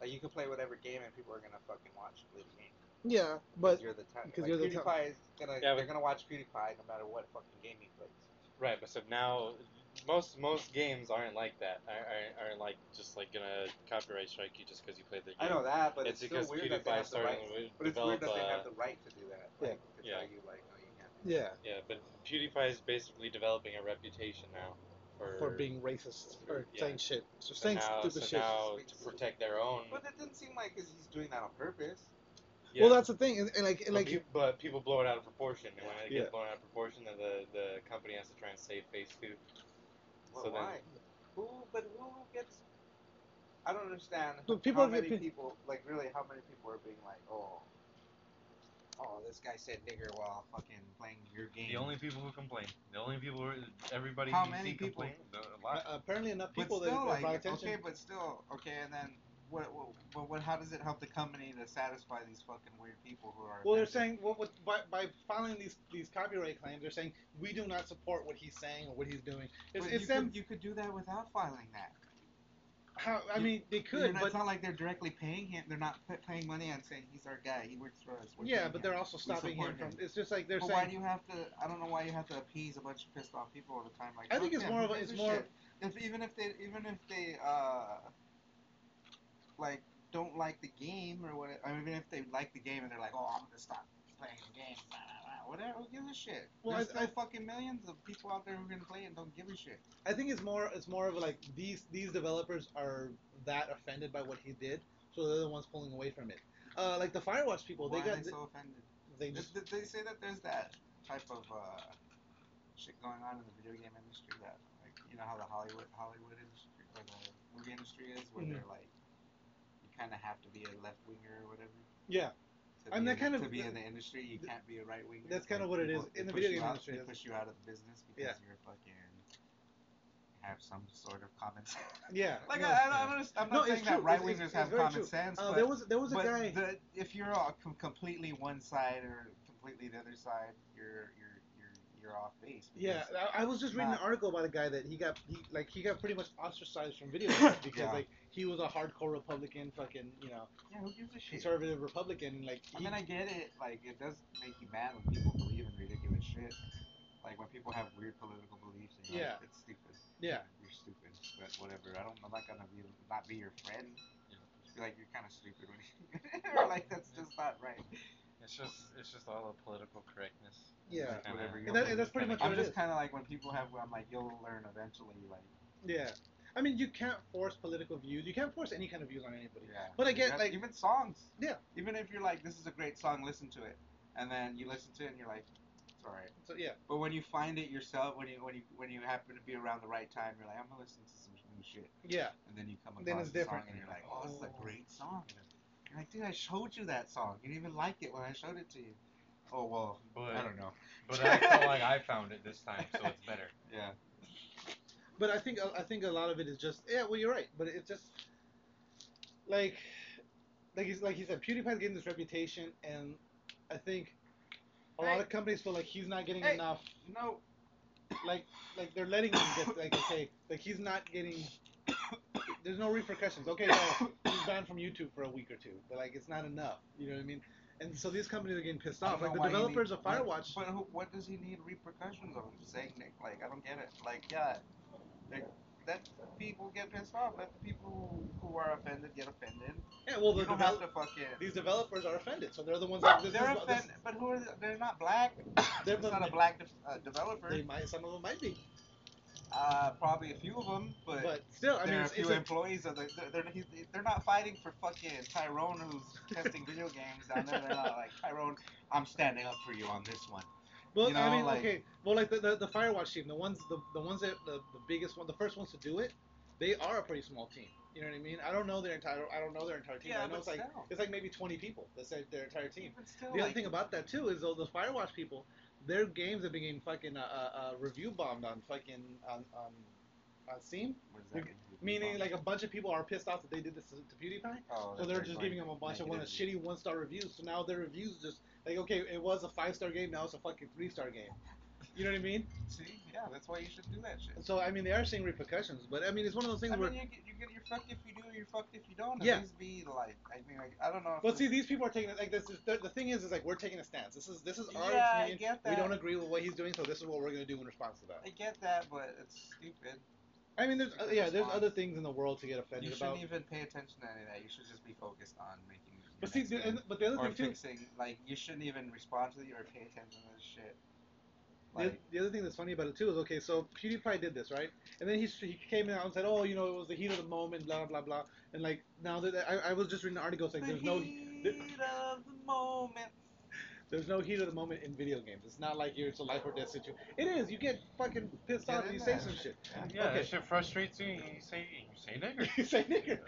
Speaker 4: Like you can play whatever game and people are gonna fucking watch. Believe me.
Speaker 2: yeah, but
Speaker 4: you're the talent.
Speaker 2: 'cause
Speaker 4: Like,
Speaker 2: you're the
Speaker 4: PewDiePie
Speaker 2: talent.
Speaker 4: is gonna.
Speaker 3: Yeah,
Speaker 4: they're
Speaker 3: but-
Speaker 4: gonna watch PewDiePie no matter what fucking game he plays.
Speaker 3: Right, but so now most most games aren't like that. Aren't, aren't, aren't like just like gonna copyright strike you just because you played the game.
Speaker 4: I know that, but
Speaker 3: it's
Speaker 4: it's,
Speaker 3: because
Speaker 4: still weird that they
Speaker 3: PewDiePie
Speaker 4: have the
Speaker 3: started
Speaker 4: right.
Speaker 3: to
Speaker 4: But it's
Speaker 3: develop.
Speaker 4: weird that they
Speaker 3: uh,
Speaker 4: have the right to do that.
Speaker 2: Yeah.
Speaker 4: Like, to
Speaker 3: Yeah.
Speaker 4: tell you like, no, you can't. do
Speaker 2: yeah,
Speaker 3: Yeah, but PewDiePie is basically developing a reputation now for
Speaker 2: for being racist or
Speaker 3: Yeah.
Speaker 2: saying shit, so
Speaker 3: so
Speaker 2: saying
Speaker 3: now,
Speaker 2: stupid
Speaker 3: so
Speaker 2: shit.
Speaker 3: now to protect their own.
Speaker 4: that. But it didn't seem like 'cause he's doing that on purpose.
Speaker 3: yeah,
Speaker 2: Well, that's the thing, and, and like
Speaker 3: but
Speaker 2: and like
Speaker 3: peop- but people blow it out of proportion, and when it gets
Speaker 2: Yeah.
Speaker 3: blown out of proportion, then the the company has to try and save face too.
Speaker 4: Well,
Speaker 3: So then-
Speaker 4: why? Who? But who gets? I don't understand.
Speaker 2: But people
Speaker 4: how
Speaker 2: are-
Speaker 4: many
Speaker 2: pe-
Speaker 4: people like really? How many people are being like, oh, oh, this guy said nigger while fucking playing your game.
Speaker 3: The only people who complain, the only people, who, everybody
Speaker 4: How
Speaker 3: you
Speaker 4: many
Speaker 3: see
Speaker 4: people?
Speaker 3: complain, the- a
Speaker 2: uh,
Speaker 3: lot.
Speaker 2: apparently enough
Speaker 4: but
Speaker 2: people that that
Speaker 4: still,
Speaker 2: brought
Speaker 4: like,
Speaker 2: attention.
Speaker 4: okay, but still, okay, and then what? What? But what? How does it help the company to satisfy these fucking weird people who are?
Speaker 2: Well, they're saying
Speaker 4: offended?
Speaker 2: well, with, by, by filing these these copyright claims, they're saying we do not support what he's saying or what he's doing. It's,
Speaker 4: But
Speaker 2: it's
Speaker 4: you,
Speaker 2: them.
Speaker 4: could, you could do that without filing that.
Speaker 2: how, I
Speaker 4: you-
Speaker 2: mean, they
Speaker 4: They're
Speaker 2: could,
Speaker 4: not-
Speaker 2: but
Speaker 4: it's not like they're directly paying him. They're not p- paying money on saying he's our guy. He works for us. We're
Speaker 2: yeah,
Speaker 4: paying
Speaker 2: but
Speaker 4: him.
Speaker 2: they're also stopping him
Speaker 4: support
Speaker 2: from.
Speaker 4: him.
Speaker 2: It's just like they're
Speaker 4: but why
Speaker 2: saying.
Speaker 4: do you have to? I don't know why you have to appease a bunch of pissed off people all the time. Like
Speaker 2: I think it's
Speaker 4: "Fuck them,
Speaker 2: more
Speaker 4: who
Speaker 2: of a-
Speaker 4: gives
Speaker 2: it's
Speaker 4: shit?"
Speaker 2: more-
Speaker 4: If even if they even if they uh like don't like the game or what, I mean, even if they like the game and they're like, oh, I'm gonna stop playing the game, blah, blah, blah," whatever. Who gives a shit?
Speaker 2: Well,
Speaker 4: There's
Speaker 2: I-
Speaker 4: still
Speaker 2: I-
Speaker 4: fucking millions of people out there who are gonna play it and don't give a shit.
Speaker 2: I think it's more it's more of like these these developers are that offended by what he did, so they're the ones pulling away from it. Uh, like the Firewatch people,
Speaker 4: why
Speaker 2: they
Speaker 4: are
Speaker 2: got
Speaker 4: they so offended?
Speaker 2: they
Speaker 4: They,
Speaker 2: just
Speaker 4: they say that there's that type of uh, shit going on in the video game industry that, like, you know how the Hollywood Hollywood industry or the movie industry is, where
Speaker 2: Mhm.
Speaker 4: they're like, you kind of have to be a left winger or whatever.
Speaker 2: yeah
Speaker 4: To
Speaker 2: I'm
Speaker 4: be
Speaker 2: that
Speaker 4: in,
Speaker 2: kind
Speaker 4: to
Speaker 2: of-
Speaker 4: be in the industry, you
Speaker 2: th-
Speaker 4: can't be a right winger.
Speaker 2: that's kinda what it
Speaker 4: they
Speaker 2: is
Speaker 4: pu-
Speaker 2: in
Speaker 4: they
Speaker 2: the
Speaker 4: push
Speaker 2: video
Speaker 4: you
Speaker 2: game
Speaker 4: out-
Speaker 2: industry,
Speaker 4: They
Speaker 2: that's-
Speaker 4: push you out of the business because
Speaker 2: Yeah.
Speaker 4: you're fucking have some sort of common sense.
Speaker 2: yeah.
Speaker 4: like
Speaker 2: no.
Speaker 4: I, I don't, understand- I'm
Speaker 2: No,
Speaker 4: not
Speaker 2: it's
Speaker 4: saying
Speaker 2: true.
Speaker 4: that right
Speaker 2: It's-
Speaker 4: wingers
Speaker 2: it's-
Speaker 4: have
Speaker 2: it's very
Speaker 4: common
Speaker 2: true.
Speaker 4: sense.
Speaker 2: Uh,
Speaker 4: but
Speaker 2: there was there was a
Speaker 4: but
Speaker 2: guy.
Speaker 4: The, if you're all com- completely one side or completely the other side, you're you're you're you're off base.
Speaker 2: Yeah,
Speaker 4: because-
Speaker 2: I, I was just reading
Speaker 4: Nah.
Speaker 2: an article about a guy that he got he, like he got pretty much ostracized from video games because
Speaker 4: Yeah.
Speaker 2: like he was a hardcore Republican, fucking you know
Speaker 4: yeah. Who gives a shit?
Speaker 2: conservative Republican, and like
Speaker 4: I
Speaker 2: he-
Speaker 4: mean, I get it. Like, it does make you mad when people believe in ridiculous shit. Like when people have weird political beliefs. And you're like,
Speaker 2: Yeah.
Speaker 4: it's stupid.
Speaker 2: yeah.
Speaker 4: You're stupid, but whatever. I don't. I'm not gonna be not be your friend. Just be like you're kind of stupid when you, or like that's just not right.
Speaker 3: It's just it's just all the political correctness.
Speaker 2: Yeah.
Speaker 3: Kinda-
Speaker 4: Whatever you
Speaker 2: And that- and that's pretty
Speaker 3: kinda
Speaker 2: much what it
Speaker 4: I'm
Speaker 3: goes-
Speaker 4: just kind of like when people have. I'm like, you'll learn eventually. Like,
Speaker 2: Yeah. I mean, you can't force political views. You can't force any kind of views on anybody.
Speaker 4: Yeah.
Speaker 2: But I get,
Speaker 4: Even-
Speaker 2: like-
Speaker 4: even songs.
Speaker 2: Yeah.
Speaker 4: Even if you're like, this is a great song, listen to it, and then you listen to it and you're like, it's alright.
Speaker 2: So yeah,
Speaker 4: But when you find it yourself, when you when you when you happen to be around the right time, you're like, I'm gonna listen to some new shit,
Speaker 2: yeah,
Speaker 4: and then you come across
Speaker 2: Then it's
Speaker 4: the
Speaker 2: different.
Speaker 4: song and you're like, oh, this is a great song. You're like, dude, I showed you that song. You didn't even like it when I showed it to you. Oh well,
Speaker 3: But
Speaker 4: I don't know.
Speaker 3: but I feel like I found it this time, so it's better.
Speaker 4: Yeah.
Speaker 2: but I think I think a lot of it is just yeah. Well, you're right, but it's just like like he's like he said, PewDiePie's getting this reputation, and I think a lot of companies feel like he's not getting
Speaker 4: Hey.
Speaker 2: enough.
Speaker 4: No.
Speaker 2: Like like they're letting him get like okay, like he's not getting. There's no repercussions. Okay, so he's banned from YouTube for a week or two, but like it's not enough. You know what I mean? And so these companies are getting pissed
Speaker 4: I
Speaker 2: off. Like
Speaker 4: don't know
Speaker 2: the
Speaker 4: why you
Speaker 2: developers
Speaker 4: need-
Speaker 2: of Firewatch.
Speaker 4: But who, what does he need repercussions of? Just saying, Nick, like, I don't get it. Like, yeah, like, let people get pissed off. Let the people who, who are offended get offended.
Speaker 2: Yeah, well,
Speaker 4: you
Speaker 2: the
Speaker 4: don't
Speaker 2: develop-
Speaker 4: have to fucking.
Speaker 2: these developers are offended, so they're the ones that this
Speaker 4: They're
Speaker 2: is, this-
Speaker 4: offended, but who are they? They're not black.
Speaker 2: They're
Speaker 4: It's not
Speaker 2: offended.
Speaker 4: a black de- uh, developer.
Speaker 2: They might, some of them might be,
Speaker 4: uh, probably a few of them, but.
Speaker 2: but still, I
Speaker 4: there
Speaker 2: mean,
Speaker 4: are a
Speaker 2: it's,
Speaker 4: few
Speaker 2: it's a-
Speaker 4: employees of the. They're, they're, he's- they're not fighting for fucking Tyrone who's testing video games down there. They're not like, Tyrone, I'm standing up for you on this one.
Speaker 2: well,
Speaker 4: you
Speaker 2: I
Speaker 4: know,
Speaker 2: mean,
Speaker 4: like-
Speaker 2: okay, well, like the, the the Firewatch team, the ones the, the ones that the, the biggest one, the first ones to do it, they are a pretty small team. You know what I mean? I don't know their entire. I don't know their entire team. I
Speaker 4: Yeah,
Speaker 2: know
Speaker 4: but
Speaker 2: it's like
Speaker 4: still.
Speaker 2: it's like maybe twenty people. That's their, their entire team.
Speaker 4: But still,
Speaker 2: The other
Speaker 4: like,
Speaker 2: thing about that too is though those Firewatch people, their games have been getting fucking uh, uh, uh, review bombed on fucking on on, on Steam.
Speaker 4: what does
Speaker 2: you-
Speaker 4: mean?
Speaker 2: Meaning like a bunch of people are pissed off that they did this to, to PewDiePie,
Speaker 4: oh,
Speaker 2: so they're just giving him a bunch of one of shitty one star reviews. So now their reviews just like okay, it was a five star game, now it's a fucking three star game. You know what I mean?
Speaker 4: See, yeah, that's why you should do that shit.
Speaker 2: So I mean they are seeing repercussions, but I mean it's one of those things
Speaker 4: I
Speaker 2: where
Speaker 4: mean, you get, you get, you're fucked if you do, you're fucked if you don't. At
Speaker 2: Yeah.
Speaker 4: least be like, I mean, like, I don't know. If
Speaker 2: Well, see,
Speaker 4: this-
Speaker 2: these people are taking it like this. Is, the, the thing is, is like we're taking a stance. This is this is our
Speaker 4: Yeah, I
Speaker 2: opinion.
Speaker 4: get
Speaker 2: We
Speaker 4: that.
Speaker 2: don't agree with what he's doing, so this is what we're gonna do in response to that.
Speaker 4: I get that, but it's stupid.
Speaker 2: I mean, there's uh, yeah, there's other things in the world to get
Speaker 4: You
Speaker 2: offended
Speaker 4: shouldn't
Speaker 2: about.
Speaker 4: even pay attention to any of that. You should just be focused on making. your
Speaker 2: But see,
Speaker 4: next
Speaker 2: the,
Speaker 4: game.
Speaker 2: and, but the other
Speaker 4: or
Speaker 2: thing too,
Speaker 4: fixing. Like you shouldn't even respond to it or pay attention to this shit.
Speaker 2: the,
Speaker 4: Like,
Speaker 2: the other thing that's funny about it too is okay, so PewDiePie did this right, and then he he came out and said, oh, you know, it was the heat of the moment, blah blah blah, and like now that I, I was just reading an article saying there's
Speaker 4: the
Speaker 2: no
Speaker 4: heat of the moment.
Speaker 2: there's no heat of the moment in video games. It's not like you're it's a life or death situation. It is. You get fucking pissed
Speaker 4: Get
Speaker 2: off
Speaker 4: in
Speaker 2: and you say
Speaker 4: there.
Speaker 2: some shit.
Speaker 3: Yeah,
Speaker 2: Okay.
Speaker 3: that shit frustrates you. You say you say nigger.
Speaker 2: you say nigger.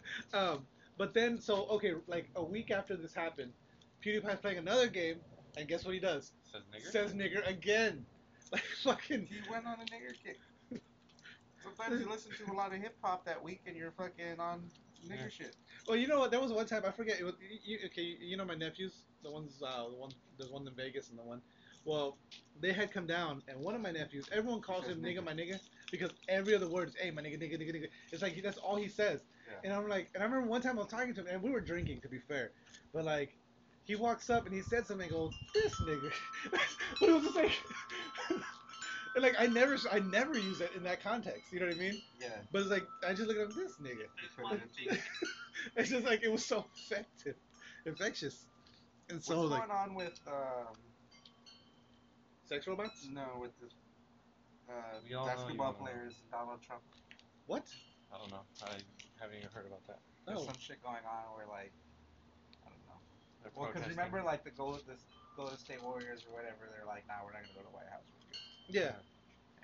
Speaker 2: um, but then, so okay, like a week after this happened, PewDiePie's playing another game, and guess what he does?
Speaker 3: Says nigger.
Speaker 2: Says nigger again. Like fucking.
Speaker 4: He went on a nigger kick. Sometimes you listen to a lot of hip hop that week and you're fucking on nigger
Speaker 3: Yeah.
Speaker 4: shit.
Speaker 2: Well, you know what? There was one time I forget. It was you, you- okay. You, you know my nephews, the ones, uh, the one, there's one in Vegas and the one. Well, they had come down, and one of my nephews. Everyone calls
Speaker 4: says
Speaker 2: him
Speaker 4: nigger.
Speaker 2: nigga, my nigga, because every other word is hey, my nigga, nigga, nigga, nigga. It's like that's all he says.
Speaker 4: Yeah.
Speaker 2: And I'm like, and I remember one time I was talking to him, and we were drinking, to be fair, but like, he walks up and he said something, and goes, "This nigga," but it was just like, and like I never, I never use it in that context. You know what I mean?
Speaker 4: Yeah.
Speaker 2: But it's like I just look at him, this nigga.
Speaker 4: he put it in cheek.
Speaker 2: It's just like it was so effective, infectious, and so
Speaker 4: What's
Speaker 2: like
Speaker 4: going on with um
Speaker 2: sex robots.
Speaker 4: no with the
Speaker 3: We
Speaker 4: uh,
Speaker 3: all know you
Speaker 4: basketball
Speaker 3: wanna know.
Speaker 4: players and Donald Trump?
Speaker 2: What?
Speaker 3: I don't know. I haven't even heard about that.
Speaker 4: There's
Speaker 2: Oh.
Speaker 4: some shit going on where like I don't know.
Speaker 3: They're
Speaker 4: Well, because
Speaker 3: protesting.
Speaker 4: remember like the Golden the Golden State Warriors or whatever, they're like, nah, we're not gonna go to the White House with you.
Speaker 2: Yeah,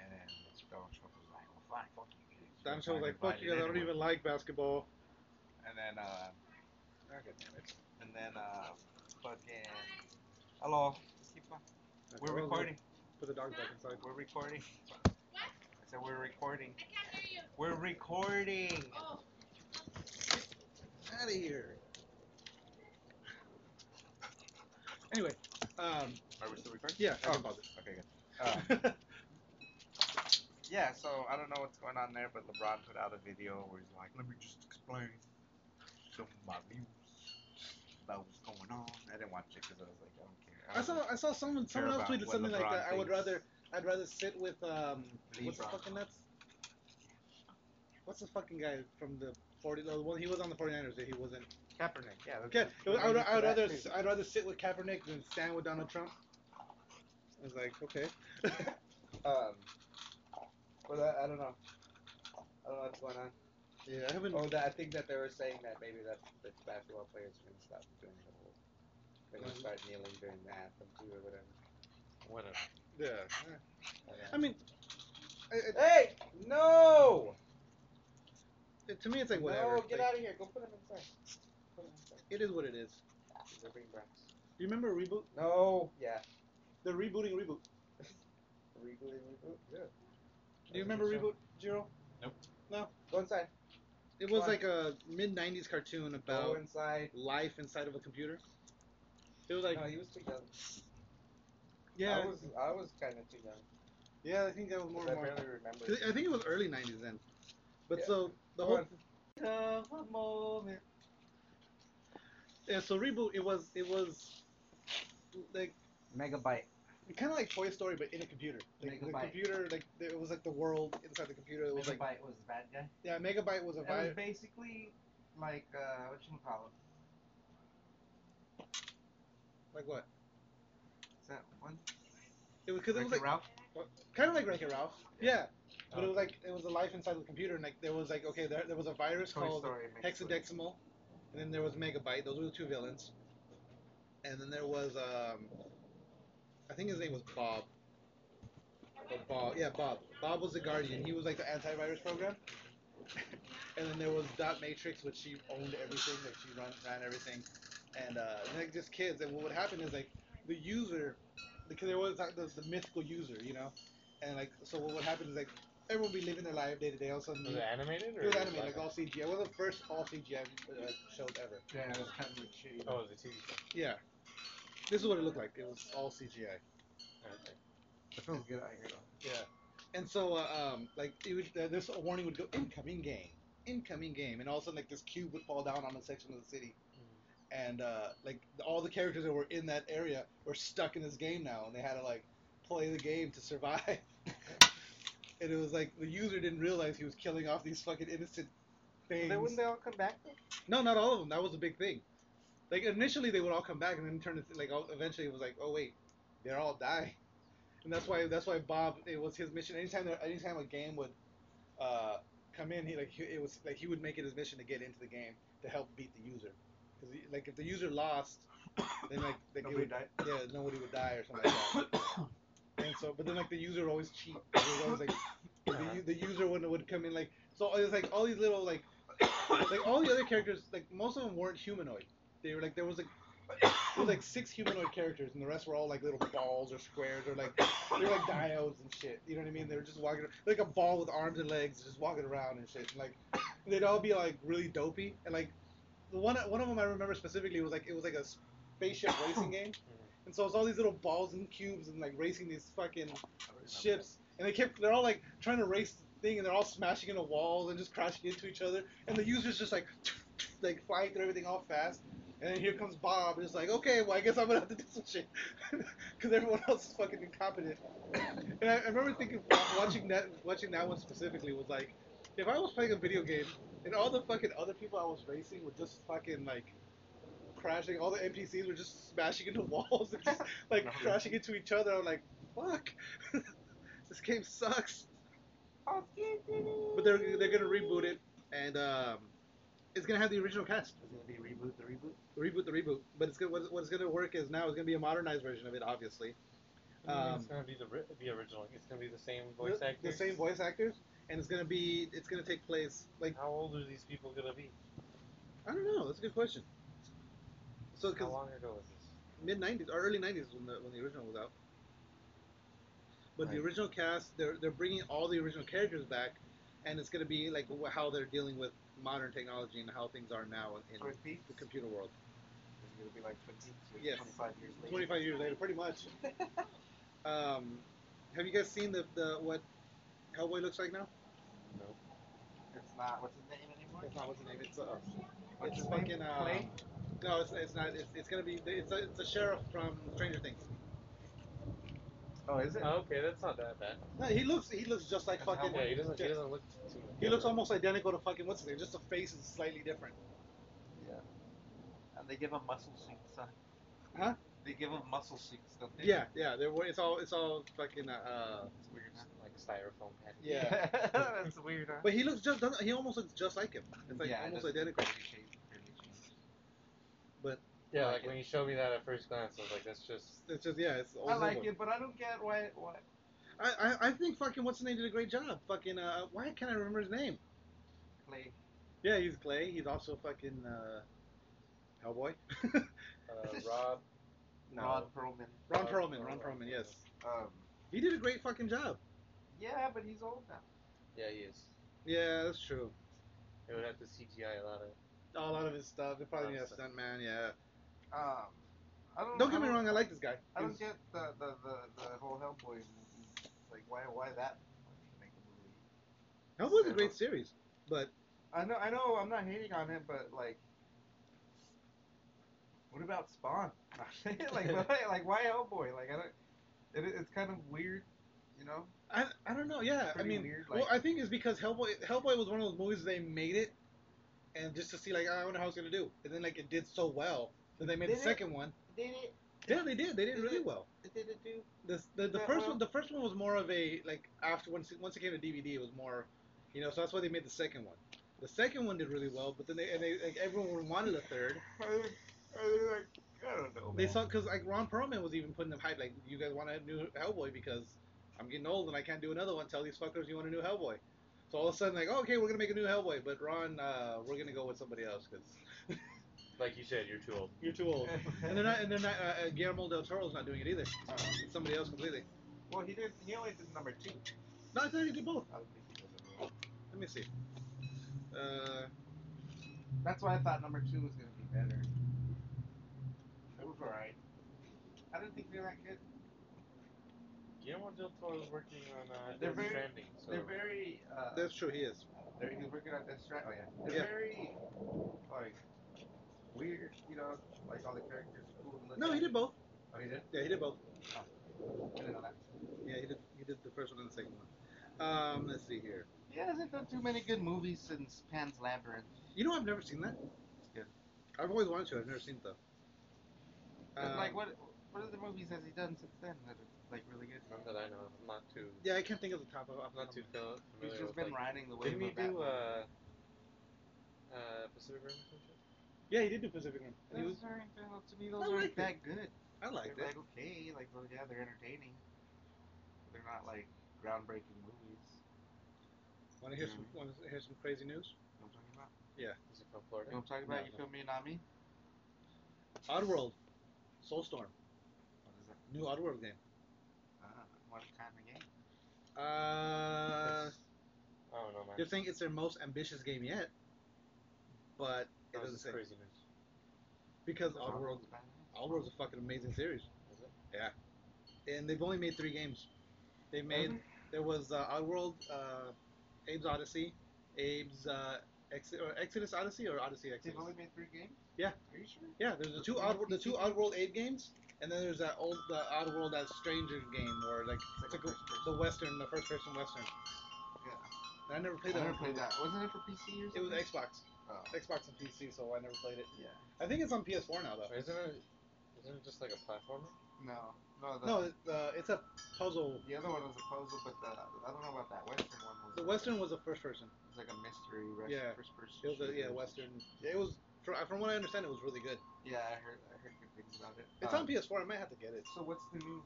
Speaker 4: And then Donald Trump was like, well, fine, fuck you. kids. You're
Speaker 2: Damn, I was
Speaker 4: not
Speaker 2: like, "Fuck you guys! I
Speaker 4: invited
Speaker 2: don't
Speaker 4: anyway."
Speaker 2: even like basketball."
Speaker 4: And then uh,
Speaker 2: Ah, God damn it.
Speaker 4: and then uh, fucking. Hello. Keep on.
Speaker 2: Okay,
Speaker 4: We're
Speaker 2: well,
Speaker 4: recording.
Speaker 2: Put the dog back inside.
Speaker 4: We're recording.
Speaker 5: What?
Speaker 4: I said we're recording.
Speaker 5: I can't hear you.
Speaker 4: We're recording.
Speaker 5: Oh.
Speaker 2: out of here. Anyway, um,
Speaker 4: Are we still recording?
Speaker 2: yeah, I
Speaker 4: Oh.
Speaker 2: can pause
Speaker 4: Okay, good. Uh,
Speaker 2: it.
Speaker 4: yeah, so I don't know what's going on there, but LeBron put out a video where he's like, "Let me just explain some of my views about what's going on." I didn't watch it because I was like, I don't care.
Speaker 2: I saw I saw someone someone else
Speaker 4: about
Speaker 2: tweeted
Speaker 4: what
Speaker 2: something like
Speaker 4: LeBron
Speaker 2: that. I would
Speaker 4: thinks.
Speaker 2: rather I'd rather sit with um what's the
Speaker 4: LeBron.
Speaker 2: fucking nuts? What's the fucking guy from the forty? The one he was on the 49ers that he wasn't.
Speaker 4: Kaepernick. Yeah. that's-
Speaker 2: Okay, I would, I would,
Speaker 4: that's
Speaker 2: I would
Speaker 4: that
Speaker 2: rather
Speaker 4: too.
Speaker 2: I'd rather sit with Kaepernick than stand with Donald Trump. I was like, okay.
Speaker 4: Um, but I, I don't know. I don't know what's going on.
Speaker 2: Yeah, I haven't.
Speaker 4: Oh, that, I think that they were saying that maybe that the basketball players are going to stop doing the whole. They're going to
Speaker 2: Mhm.
Speaker 4: start kneeling during the anthem too or whatever.
Speaker 3: Whatever.
Speaker 2: Yeah.
Speaker 4: I don't
Speaker 2: I
Speaker 4: know.
Speaker 2: mean, it,
Speaker 4: Hey! No!
Speaker 2: it, to me, it's like whatever.
Speaker 4: No, get
Speaker 2: Like,
Speaker 4: out of here. Go put them inside. Put them inside.
Speaker 2: It is what it is.
Speaker 4: They're being brats.
Speaker 2: Do you remember reboot?
Speaker 4: No! Yeah.
Speaker 2: They're rebooting reboot.
Speaker 4: Reboot, reboot. Good.
Speaker 2: Do you remember Reboot Zero?
Speaker 4: Go inside.
Speaker 2: It was
Speaker 4: What?
Speaker 2: like a mid '90s cartoon
Speaker 4: Go
Speaker 2: about
Speaker 4: inside.
Speaker 2: life inside of a computer. It was like,
Speaker 4: no, he was too young.
Speaker 2: yeah,
Speaker 4: I was, I was kind of too young.
Speaker 2: yeah. I think that was more.
Speaker 4: 'cause I
Speaker 2: more
Speaker 4: barely remember.
Speaker 2: 'cause I think it was early '90s then. But
Speaker 4: Yeah.
Speaker 2: so the
Speaker 4: Go
Speaker 2: whole
Speaker 4: on. Come a moment.
Speaker 2: yeah, so reboot it was it was like
Speaker 4: Megabyte.
Speaker 2: kind of like Toy Story but in a computer. Like, the
Speaker 4: Megabyte.
Speaker 2: computer like it was like the world inside the computer. It was
Speaker 4: Megabyte
Speaker 2: like
Speaker 4: was the bad guy.
Speaker 2: yeah, Megabyte was a
Speaker 4: It was
Speaker 2: vibe.
Speaker 4: basically like uh, what you call it?
Speaker 2: Like what?
Speaker 4: Is that one?
Speaker 2: It was because it was like
Speaker 4: Ralph?
Speaker 2: kind of like Wreck-It Ralph. Yeah. But it
Speaker 3: Oh.
Speaker 2: was like it was a life inside the computer, and like there was like okay, there, there was a virus called hexadecimal, and then there was megabyte. Those were the two villains, and then there was um, I think his name was Bob. But Bob, yeah, Bob. Bob was the guardian. He was like the antivirus program. And then there was Dot Matrix, which she owned everything, like she run, ran everything, and uh, and, like just kids. And what would happen is like the user, because there was like the, the mythical user, you know, and like so what would happen is like everyone would be living their life day to day. All of a sudden,
Speaker 3: Was it animated or?
Speaker 2: it was animated, like all CGI. One of the first all CGI uh, shows ever.
Speaker 6: Yeah, it was kind of like shitty.
Speaker 3: Oh, it was a TV show.
Speaker 2: Yeah, this is what it looked like. It was all CGI.
Speaker 3: Okay.
Speaker 6: It feels good out here though.
Speaker 2: Yeah. And so, uh, um, like, it would, uh, this warning would go incoming game, incoming game, and all of a sudden, like, this cube would fall down on a section of the city, and uh, like the- all the characters that were in that area were stuck in this game now, and they had to like play the game to survive. and it was like the user didn't realize he was killing off these fucking innocent things.
Speaker 3: Then wouldn't they all come back? though?
Speaker 2: No, not all of them. That was a big thing. Like initially they would all come back, and then turn it like all, eventually it was like, oh wait, they're all die, and that's why that's why Bob it was his mission. Anytime there, anytime a game would uh, come in, he like he, it was like he would make it his mission to get into the game to help beat the user, because like if the user lost, then like, like it
Speaker 6: Nobody
Speaker 2: would,
Speaker 6: died.
Speaker 2: yeah nobody would die or something like that. and so, but then like the user would always cheat. It was always like the, u- the user would would come in like so it's like all these little like like all the other characters like most of them weren't humanoid. They were like there was like there was like six humanoid characters and the rest were all like little balls or squares or like they were like diodes and shit. You know what I mean? They were just walking like a ball with arms and legs, just walking around and shit. And, like they'd all be like really dopey and like the one one of them I remember specifically was like it was like a spaceship racing game. And so it's all these little balls and cubes and like racing these fucking ships, and they kept they're all like trying to race the thing, and they're all smashing into walls and just crashing into each other, and the user's just like like flying through everything all fast, and then here comes Bob, and it's like okay, well I guess I'm gonna have to do some shit, because everyone else is fucking incompetent, and I, I remember thinking watching that watching that one specifically was like, if I was playing a video game and all the fucking other people I was racing were just fucking like. Crashing, all the NPCs were just smashing into walls and just like
Speaker 6: No.
Speaker 2: crashing into each other. I'm like, fuck. this game sucks.
Speaker 6: Oh,
Speaker 2: But they're they're gonna reboot it, and um, it's gonna have the original cast.
Speaker 6: Is it gonna be reboot the reboot?
Speaker 2: Reboot the reboot, but it's gonna what, what it's gonna work is now it's gonna be a modernized version of it, obviously.
Speaker 3: Mm, it's
Speaker 2: Um,
Speaker 3: gonna be the ri- the original. It's gonna be the same voice
Speaker 2: The, the
Speaker 3: actors.
Speaker 2: same voice actors, and it's gonna be it's gonna take place like
Speaker 3: How old are these people gonna be?
Speaker 2: I don't know. That's a good question. So
Speaker 3: How
Speaker 2: because
Speaker 3: long ago was this?
Speaker 2: mid '90s or early '90s when the when the original was out. But the
Speaker 3: Right.
Speaker 2: original cast, they're they're bringing all the original characters back, and it's gonna be like wh- how they're dealing with modern technology and how things are now in, in
Speaker 6: Twin Peaks?
Speaker 2: the computer world.
Speaker 6: Is it gonna be like Twin Peaks? like,
Speaker 2: Yes.
Speaker 6: 25 years later.
Speaker 2: 25 years later, pretty much. um, have you guys seen the, the what Hellboy looks like now?
Speaker 3: No.
Speaker 6: It's not, what's his name anymore?
Speaker 2: That's not what's his name. It's uh,
Speaker 6: What's
Speaker 2: it's
Speaker 6: his
Speaker 2: fucking
Speaker 6: name?
Speaker 2: uh,
Speaker 6: Clay?
Speaker 2: no, it's, it's not. It's, it's gonna be. It's a, it's a sheriff from Stranger Things.
Speaker 6: Oh, is it?
Speaker 3: Oh, okay, that's not that bad.
Speaker 2: No, he looks he looks just like fucking.
Speaker 3: Yeah, he doesn't. He doesn't look too.
Speaker 2: He looks almost identical to fucking what's his name. Just the face is slightly different.
Speaker 6: And they give him muscle suits, huh?
Speaker 2: Huh?
Speaker 6: They give him muscle suits, don't they?
Speaker 2: Yeah, yeah. They're, it's all it's all fucking. Uh,
Speaker 6: It's weird, huh?
Speaker 3: like a styrofoam head.
Speaker 2: yeah.
Speaker 6: That's weird, huh?
Speaker 2: But he looks just doesn't- he almost looks just like him. It's like
Speaker 6: Yeah, it
Speaker 2: almost
Speaker 6: doesn't
Speaker 2: identical.
Speaker 6: really change- really change.
Speaker 3: Yeah,
Speaker 6: I like
Speaker 3: like when you showed me that at first glance, I was like, that's just.
Speaker 2: It's just yeah. It's old
Speaker 6: I like
Speaker 2: Hellboy.
Speaker 6: it, but I don't get why. why
Speaker 2: I, I I think fucking what's his name did a great job. Fucking uh, why can't I remember his name?
Speaker 6: Clay.
Speaker 2: Yeah, he's Clay. He's also fucking uh, Hellboy.
Speaker 3: Uh, Rob. No.
Speaker 6: Ron Perlman.
Speaker 2: Ron
Speaker 3: Uh,
Speaker 2: Perlman. Ron
Speaker 3: Ron
Speaker 2: Perlman.
Speaker 3: Perlman.
Speaker 2: Yes,
Speaker 6: Um,
Speaker 2: he did a great fucking job.
Speaker 6: yeah, but he's old now.
Speaker 3: Yeah, he is.
Speaker 2: Yeah, that's true.
Speaker 3: They would have to CGI a lot of.
Speaker 2: A lot of his stuff. They probably need a
Speaker 3: Awesome.
Speaker 2: stuntman. Yeah.
Speaker 6: Um, I don't.
Speaker 2: Don't
Speaker 6: I
Speaker 2: get me wrong. I like this guy.
Speaker 6: I
Speaker 2: He
Speaker 6: don't
Speaker 2: was-
Speaker 6: get the the, the, the whole Hellboy movie. Like why why that? Make a movie.
Speaker 2: Hellboy's a great series, but
Speaker 6: I know I know I'm not hating on it, but like. What about Spawn? like why, like why Hellboy? Like I don't. It, it's kind of weird, you know.
Speaker 2: I, I don't know. Yeah, I
Speaker 6: Pretty
Speaker 2: mean,
Speaker 6: weird,
Speaker 2: well,
Speaker 6: like-
Speaker 2: I think it's because Hellboy Hellboy was one of those movies they made it, and just to see like I wonder how it's gonna do, and then like it did so well that they made
Speaker 6: Did
Speaker 2: the
Speaker 6: it?
Speaker 2: second one.
Speaker 6: Did it?
Speaker 2: Yeah, they did. They did
Speaker 6: Did
Speaker 2: really
Speaker 6: it?
Speaker 2: well.
Speaker 6: Did it do?
Speaker 2: The the, the
Speaker 6: Yeah,
Speaker 2: first
Speaker 6: well-
Speaker 2: one the first one was more of a like after once it- once it came to DVD it was more, you know, so that's why they made the second one. The second one did really well, but then they and they like everyone wanted a third.
Speaker 6: I, I, I don't know.
Speaker 2: They
Speaker 6: Oh, man.
Speaker 2: saw because like Ron Perlman was even putting them hype like you guys want a new Hellboy because I'm getting old and I can't do another one. Tell these fuckers you want a new Hellboy. So all of a sudden, like, okay, we're gonna make a new Hellboy, but Ron, uh, we're gonna go with somebody else because
Speaker 3: Like you said, you're too old.
Speaker 2: you're too old. and they're not, and they're not. Uh, uh, Guillermo del Toro's not doing it either. It's somebody else completely.
Speaker 6: Well, he did. He only did number two.
Speaker 2: No, I thought he did both.
Speaker 6: I don't think he did the other one.
Speaker 2: Let me see. Uh,
Speaker 6: That's why I thought number two was gonna be better. It was alright. I didn't think they were that good.
Speaker 3: Guillermo del Toro's working on uh,
Speaker 6: They're
Speaker 3: Death
Speaker 6: very-
Speaker 3: Stranding, so
Speaker 6: They're very. Uh,
Speaker 2: that's true. He is.
Speaker 6: They're, he's working on Death Stranding. Oh yeah. They're
Speaker 2: Yeah.
Speaker 6: very like weird. You know, like all the characters are cool. to look
Speaker 2: No,
Speaker 6: at.
Speaker 2: he did both.
Speaker 6: Oh, he did.
Speaker 2: Yeah, he did both.
Speaker 6: I didn't know that.
Speaker 2: Yeah, he did. He did the first one and the second one. Um, let's see here.
Speaker 6: He hasn't done too many good movies since Pan's Labyrinth.
Speaker 2: You know, I've never seen that.
Speaker 6: It's good.
Speaker 2: I've always wanted to. I've never seen it though.
Speaker 6: But,
Speaker 2: Um,
Speaker 6: like what? What other movies has he done since then that are like really good?
Speaker 3: none that I know. of. I'm not too.
Speaker 2: Yeah, I can't think of the top of. off the
Speaker 3: I'm not
Speaker 2: top
Speaker 3: too
Speaker 2: of-
Speaker 3: fam- familiar.
Speaker 6: He's just
Speaker 3: with,
Speaker 6: been
Speaker 3: like,
Speaker 6: riding the wave
Speaker 3: Didn't he
Speaker 6: of that.
Speaker 3: do uh, uh, Pacific Rim or some shit?
Speaker 2: Yeah, he did do Pacific Rim. And he was.
Speaker 6: to
Speaker 2: I
Speaker 6: me, those aren't
Speaker 2: liked it.
Speaker 6: that good.
Speaker 2: I liked
Speaker 6: they're
Speaker 2: it.
Speaker 6: like okay, like well, yeah, they're entertaining. But They're not like groundbreaking movies.
Speaker 2: Want to hear some?
Speaker 3: Mm-hmm.
Speaker 2: Want to hear some crazy news?
Speaker 6: You know what I'm talking about?
Speaker 3: Is he from
Speaker 6: You
Speaker 3: Florida?
Speaker 6: know what I'm talking about? You feel me, not me?
Speaker 2: Oddworld, Soulstorm,
Speaker 6: What is that?
Speaker 2: new Oddworld game.
Speaker 6: Uh, what kind of game?
Speaker 2: Uh,
Speaker 3: I don't know, man.
Speaker 2: they're saying it's their most ambitious game yet, but it
Speaker 3: That was
Speaker 2: doesn't
Speaker 3: just
Speaker 2: say
Speaker 3: crazy news.
Speaker 2: because Oddworld, Oddworld's a fucking amazing series.
Speaker 3: Is it?
Speaker 2: and they've only made three games. They made
Speaker 6: Uh-huh.
Speaker 2: there was uh, Oddworld, uh, Abe's Odyssey, Abe's uh, Ex- or Exodus Odyssey or Odyssey
Speaker 6: They've
Speaker 2: Exodus.
Speaker 6: only made three games.
Speaker 2: Yeah.
Speaker 6: Are you sure?
Speaker 2: Yeah, there's the two Oddworld, the two Oddworld Abe games, and then there's that old the Oddworld that Stranger game or like
Speaker 6: It's like
Speaker 2: it's like
Speaker 6: a first person.
Speaker 2: the Western, the first person Western.
Speaker 6: Yeah.
Speaker 2: And I never
Speaker 6: I
Speaker 2: played that.
Speaker 6: never
Speaker 2: one.
Speaker 6: played that. Wasn't it for PC or
Speaker 2: It was
Speaker 6: something?
Speaker 2: Xbox,
Speaker 6: Oh.
Speaker 2: Xbox and PC, so I never played it.
Speaker 6: Yeah.
Speaker 2: I think it's on PS4 now though.
Speaker 3: Isn't it? Isn't it just like a platformer?
Speaker 6: No. No. The,
Speaker 2: No, it, uh, it's a puzzle.
Speaker 6: The other one was a puzzle, but the I don't know about that Western one. Was
Speaker 2: The
Speaker 6: like-
Speaker 2: Western was a first person.
Speaker 6: It's like a mystery rest,
Speaker 2: Yeah.
Speaker 6: first person.
Speaker 2: It was a, yeah
Speaker 6: shooter.
Speaker 2: Western. Yeah, it was from, from what I understand, it was really good.
Speaker 6: Yeah, I heard, I heard good things about it.
Speaker 2: It's
Speaker 6: Um,
Speaker 2: on PS4. I might have to get it.
Speaker 6: So what's the new? new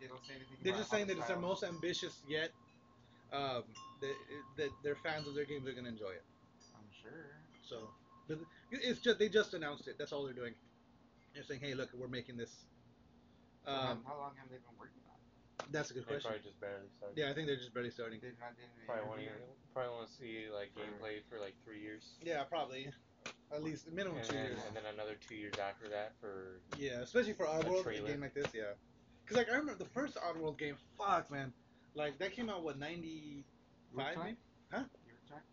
Speaker 6: they don't say anything.
Speaker 2: They're
Speaker 6: about
Speaker 2: just saying
Speaker 6: how
Speaker 2: that it's their
Speaker 6: style-
Speaker 2: most ambitious yet. Um, that, that their fans of their games are gonna enjoy it.
Speaker 6: I'm sure.
Speaker 2: So, but it's just they just announced it. That's all they're doing. They're saying, "Hey, look, we're making this."
Speaker 6: So how-
Speaker 2: Um,
Speaker 6: how long have they been working on? it?
Speaker 2: that's a good
Speaker 3: They
Speaker 2: question.
Speaker 3: probably just barely started.
Speaker 2: Yeah, I think they're just barely starting.
Speaker 6: They've not done any
Speaker 3: Probably want to.
Speaker 6: interview?
Speaker 3: Probably want to see like
Speaker 6: For-
Speaker 3: gameplay for like three years.
Speaker 2: Yeah, probably. At least minimum
Speaker 3: And
Speaker 2: two
Speaker 3: then,
Speaker 2: years.
Speaker 3: and then another two years after that for
Speaker 2: Yeah, especially for Oddworld, a
Speaker 3: trailer.
Speaker 2: game like this, yeah. Because like I remember the first Oddworld game, fuck man, like that came out what ninety five?
Speaker 6: Rooftop?
Speaker 2: maybe? Huh?
Speaker 6: You were talking?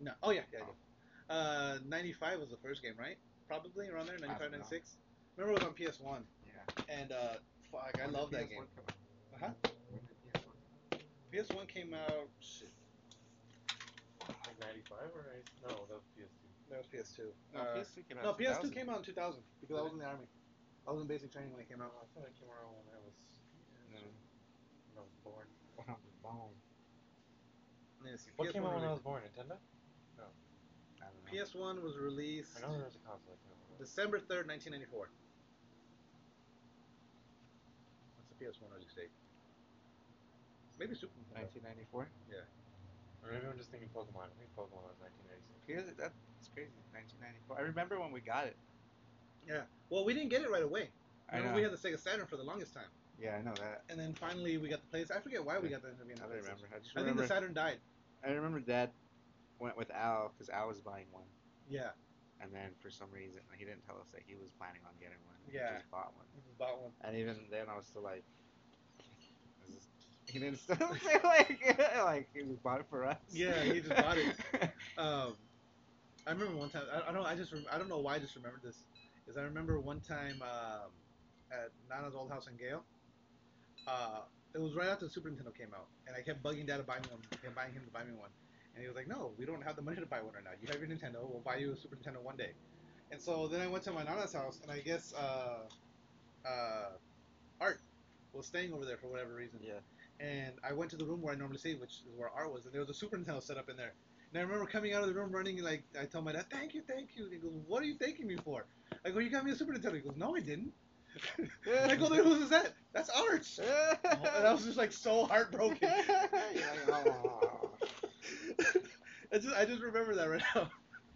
Speaker 2: No, oh yeah, yeah, yeah. Uh, ninety five was the first game, right? Probably around there, 95,
Speaker 6: don't know.
Speaker 2: 96. Remember it was on PS one,
Speaker 6: Yeah.
Speaker 2: and uh, fuck, I
Speaker 6: When
Speaker 2: love
Speaker 6: did
Speaker 2: that
Speaker 6: PS1
Speaker 2: game.
Speaker 6: come out?
Speaker 2: Uh-huh.
Speaker 6: When did PS1 come
Speaker 2: PS one came out. Shit,
Speaker 3: like '95 or 90 no, that was PS2.
Speaker 2: that was PS two. Uh,
Speaker 6: out? No, PS2 came out.
Speaker 2: No,
Speaker 6: in
Speaker 2: PS two
Speaker 6: 2000.
Speaker 2: came out in two thousand because I was in the army. I was in basic training when it came out.
Speaker 3: I thought it came out when I was
Speaker 6: No.
Speaker 3: when I was born.
Speaker 6: When I was born.
Speaker 2: Let's see,
Speaker 3: What
Speaker 2: PS1
Speaker 3: came out when I was
Speaker 2: released-
Speaker 3: born? Nintendo?
Speaker 6: I don't know.
Speaker 2: PS one was released
Speaker 3: I know there was a console that came out.
Speaker 2: December third, nineteen ninety four. What's the PS one release date? Maybe Super Nintendo.
Speaker 6: 1994.
Speaker 3: Or maybe I'm just thinking Pokemon. I think Pokemon was 1996.
Speaker 6: Here's it- That's crazy. 1994. I remember when we got it.
Speaker 2: Well, we didn't get it right away.
Speaker 6: I
Speaker 2: Remember,
Speaker 6: know.
Speaker 2: we had the Sega Saturn for the longest time,
Speaker 6: yeah, I know that.
Speaker 2: and then finally we got the place. I forget why we got the. I,
Speaker 6: I don't remember. I just
Speaker 2: I think
Speaker 6: remember.
Speaker 2: the Saturn died.
Speaker 6: I remember Dad went with Al because Al was buying one,
Speaker 2: Yeah,
Speaker 6: and then for some reason he didn't tell us that he was planning on getting one.
Speaker 2: Yeah.
Speaker 6: He just bought one,
Speaker 2: we just bought one.
Speaker 6: and even then I was still like, "Is this-" he didn't still say like like he just bought it for us.
Speaker 2: Yeah, he just bought it. Um, I remember one time. I, I don't. I just. Rem- I don't know why. I just remembered this. Is I remember one time um, at Nana's old house in Gale. Uh, it was right after the Super Nintendo came out, and I kept bugging Dad to buy me one, and buying him to buy me one, and he was like, "No, we don't have the money to buy one right now. You have your Nintendo. We'll buy you a Super Nintendo one day." And so then I went to my Nana's house, and I guess uh, uh, Art was staying over there for whatever reason.
Speaker 6: yeah.
Speaker 2: And I went to the room where I normally sleep, which is where Art was, and there was a Super Nintendo set up in there. And I remember coming out of the room running, and like I told my dad, "Thank you, thank you." And he goes, "What are you thanking me for?" I go, "You got me a Super Nintendo." He goes, "No, I didn't." And I go there, who's that? That's Arch. And I was just like so heartbroken.
Speaker 4: You're like, oh.
Speaker 2: I just I just remember that right now.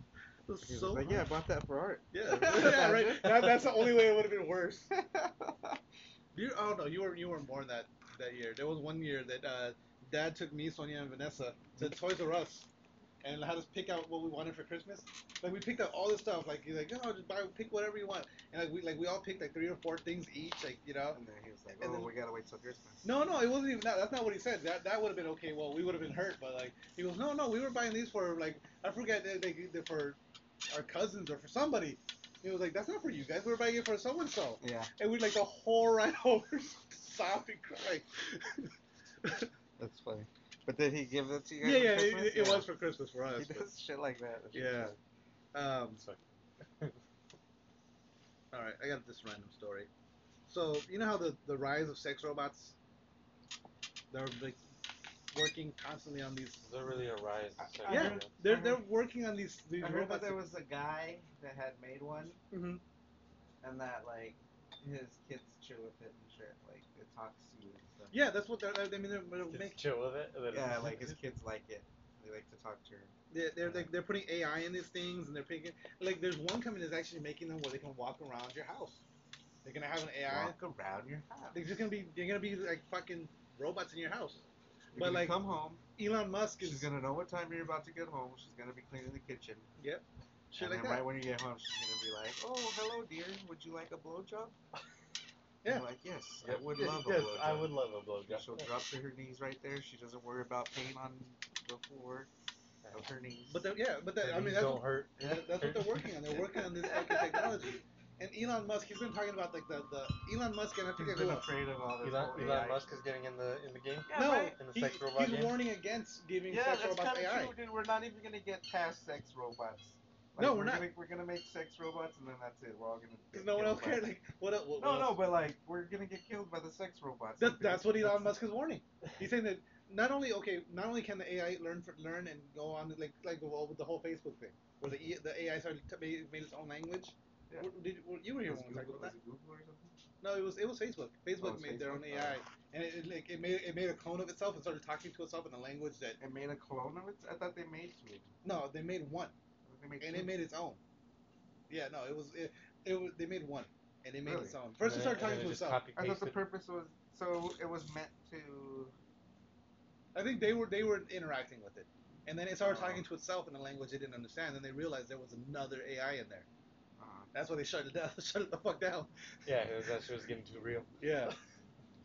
Speaker 2: It was
Speaker 4: He was
Speaker 2: so
Speaker 4: like, yeah, I bought that for art.
Speaker 2: yeah, yeah, right. That, that's the only way it would have been worse. You, I don't know. You were you weren't born that that year. There was one year that uh, Dad took me, Sonia, and Vanessa to Toys R Us, and had us pick out what we wanted for Christmas. Like we picked out all this stuff. Like he's like, no, just buy, pick whatever you want. And like we like we all picked like three or four things each. Like you know.
Speaker 4: And then he was like,
Speaker 2: And
Speaker 4: oh,
Speaker 2: then-
Speaker 4: we gotta wait till Christmas.
Speaker 2: No, no, it wasn't even that. That's not what he said. That that would have been okay. Well, we would have been hurt, but like he goes, no, no, we were buying these for like I forget they, they, they for our cousins or for somebody. He was like, that's not for you guys. We were buying it for so and so,
Speaker 4: Yeah,
Speaker 2: and we like the whole ride over sobbing, crying.
Speaker 4: that's funny. But did he give it to you
Speaker 2: Yeah, yeah,
Speaker 4: guys? for
Speaker 2: it,
Speaker 4: Christmas?
Speaker 2: it- it was for Christmas for
Speaker 4: He
Speaker 2: us. but-
Speaker 4: does shit like that.
Speaker 2: Yeah. Um,
Speaker 3: It's like-
Speaker 2: all right, I got this random story. So you know how the, the rise of sex robots, they're like working constantly on these.
Speaker 3: Is there really a rise? in sex
Speaker 6: I
Speaker 2: Yeah,
Speaker 6: heard-
Speaker 3: robots?
Speaker 2: they're
Speaker 6: I
Speaker 2: they're working on these these
Speaker 6: I heard
Speaker 2: robots.
Speaker 6: that there was a guy that had made one,
Speaker 2: Mhm.
Speaker 6: and that like his kids chill with it and shit. Like it talks to you and stuff.
Speaker 2: Yeah, that's what they're. I mean, they're, they're
Speaker 3: Just
Speaker 2: making.
Speaker 3: chill with it. and then-
Speaker 6: Yeah, like his kids like it. They like to talk to her.
Speaker 2: They're, they're like they're putting AI in these things, and they're picking. Like, there's one company that's actually making them where they can walk around your house. They're gonna have an AI.
Speaker 6: Walk around your house.
Speaker 2: They're just gonna be. They're gonna be like fucking robots in your house.
Speaker 6: You're
Speaker 2: But,
Speaker 6: gonna
Speaker 2: like,
Speaker 6: come home.
Speaker 2: Elon Musk is
Speaker 6: She's gonna know what time you're about to get home. She's gonna be cleaning the kitchen.
Speaker 2: shit
Speaker 6: and
Speaker 2: like
Speaker 6: then
Speaker 2: that.
Speaker 6: right when you get home, she's gonna be like, "Oh, hello, dear. Would you like a blowjob?"
Speaker 2: Yeah.
Speaker 6: You're like, yes, I would
Speaker 3: Yes,
Speaker 6: love a
Speaker 3: yes,
Speaker 6: blowjob.
Speaker 3: I would love a
Speaker 6: And She'll
Speaker 3: blowjob.
Speaker 6: drop to her knees right there. She doesn't worry about pain on the floor of her knees.
Speaker 2: But they're- yeah, but that, I
Speaker 3: These
Speaker 2: mean that's
Speaker 3: don't
Speaker 2: what,
Speaker 3: hurt.
Speaker 2: that- that's what they're working on. They're working on this fucking technology. And Elon Musk, he's been talking about like the, the Elon Musk, and I
Speaker 6: He's
Speaker 2: think
Speaker 6: been
Speaker 2: they
Speaker 6: afraid of all this.
Speaker 3: Elon,
Speaker 6: whole
Speaker 3: Elon
Speaker 6: AI
Speaker 3: Musk is getting in the in the game.
Speaker 6: Yeah,
Speaker 2: no,
Speaker 6: right.
Speaker 3: In the
Speaker 2: he-
Speaker 3: sex robot
Speaker 2: he's
Speaker 3: game?
Speaker 2: warning against giving
Speaker 6: Yeah,
Speaker 2: sex
Speaker 6: that's
Speaker 2: robots
Speaker 6: kind
Speaker 2: AI.
Speaker 6: of true, dude. We're not even gonna get past sex robots.
Speaker 2: No, we're not.
Speaker 6: Gonna, we're gonna make sex robots, and then that's it. We're all gonna. get
Speaker 2: Because no one
Speaker 6: killed
Speaker 2: else
Speaker 6: by-
Speaker 2: cares. Like what? el- what
Speaker 6: No,
Speaker 2: what
Speaker 6: no,
Speaker 2: else?
Speaker 6: but like we're gonna get killed by the sex robots.
Speaker 2: That,
Speaker 6: Like,
Speaker 2: that's what Elon
Speaker 6: that's-
Speaker 2: Musk is warning. He's saying that not only okay, not only can the AI learn for, learn and go on like like well, with the whole Facebook thing, where the, E- the AI started to made, made its own language.
Speaker 6: Yeah.
Speaker 2: Were- did, were, you were here
Speaker 6: Was
Speaker 2: when we talked
Speaker 6: Google-
Speaker 2: about that.
Speaker 6: was it Google or something?
Speaker 2: No, it was it was Facebook. Facebook
Speaker 6: was
Speaker 2: made their own
Speaker 6: Facebook?
Speaker 2: AI, and it, it like it made it made a clone of itself and started talking to itself in a language that
Speaker 6: It made a clone of it. I thought they made two.
Speaker 2: no, they made one
Speaker 6: I thought They made
Speaker 2: and
Speaker 6: two.
Speaker 2: it made its own. Yeah, no, it was it, it was, they made one and it made its
Speaker 6: Really?
Speaker 2: own. First, it
Speaker 3: And
Speaker 2: started
Speaker 3: then-
Speaker 2: talking to
Speaker 3: and then just
Speaker 2: itself.
Speaker 6: I thought
Speaker 3: copy-paste
Speaker 6: the
Speaker 3: it.
Speaker 6: purpose was so it was meant to.
Speaker 2: I think they were they were interacting with it, and then it started
Speaker 6: Oh.
Speaker 2: talking to itself in a language it didn't understand. And they realized there was another AI in there.
Speaker 6: Uh,
Speaker 2: That's why they shut it down. shut it the fuck down.
Speaker 3: Yeah, it was, that shit was getting too real.
Speaker 2: Yeah.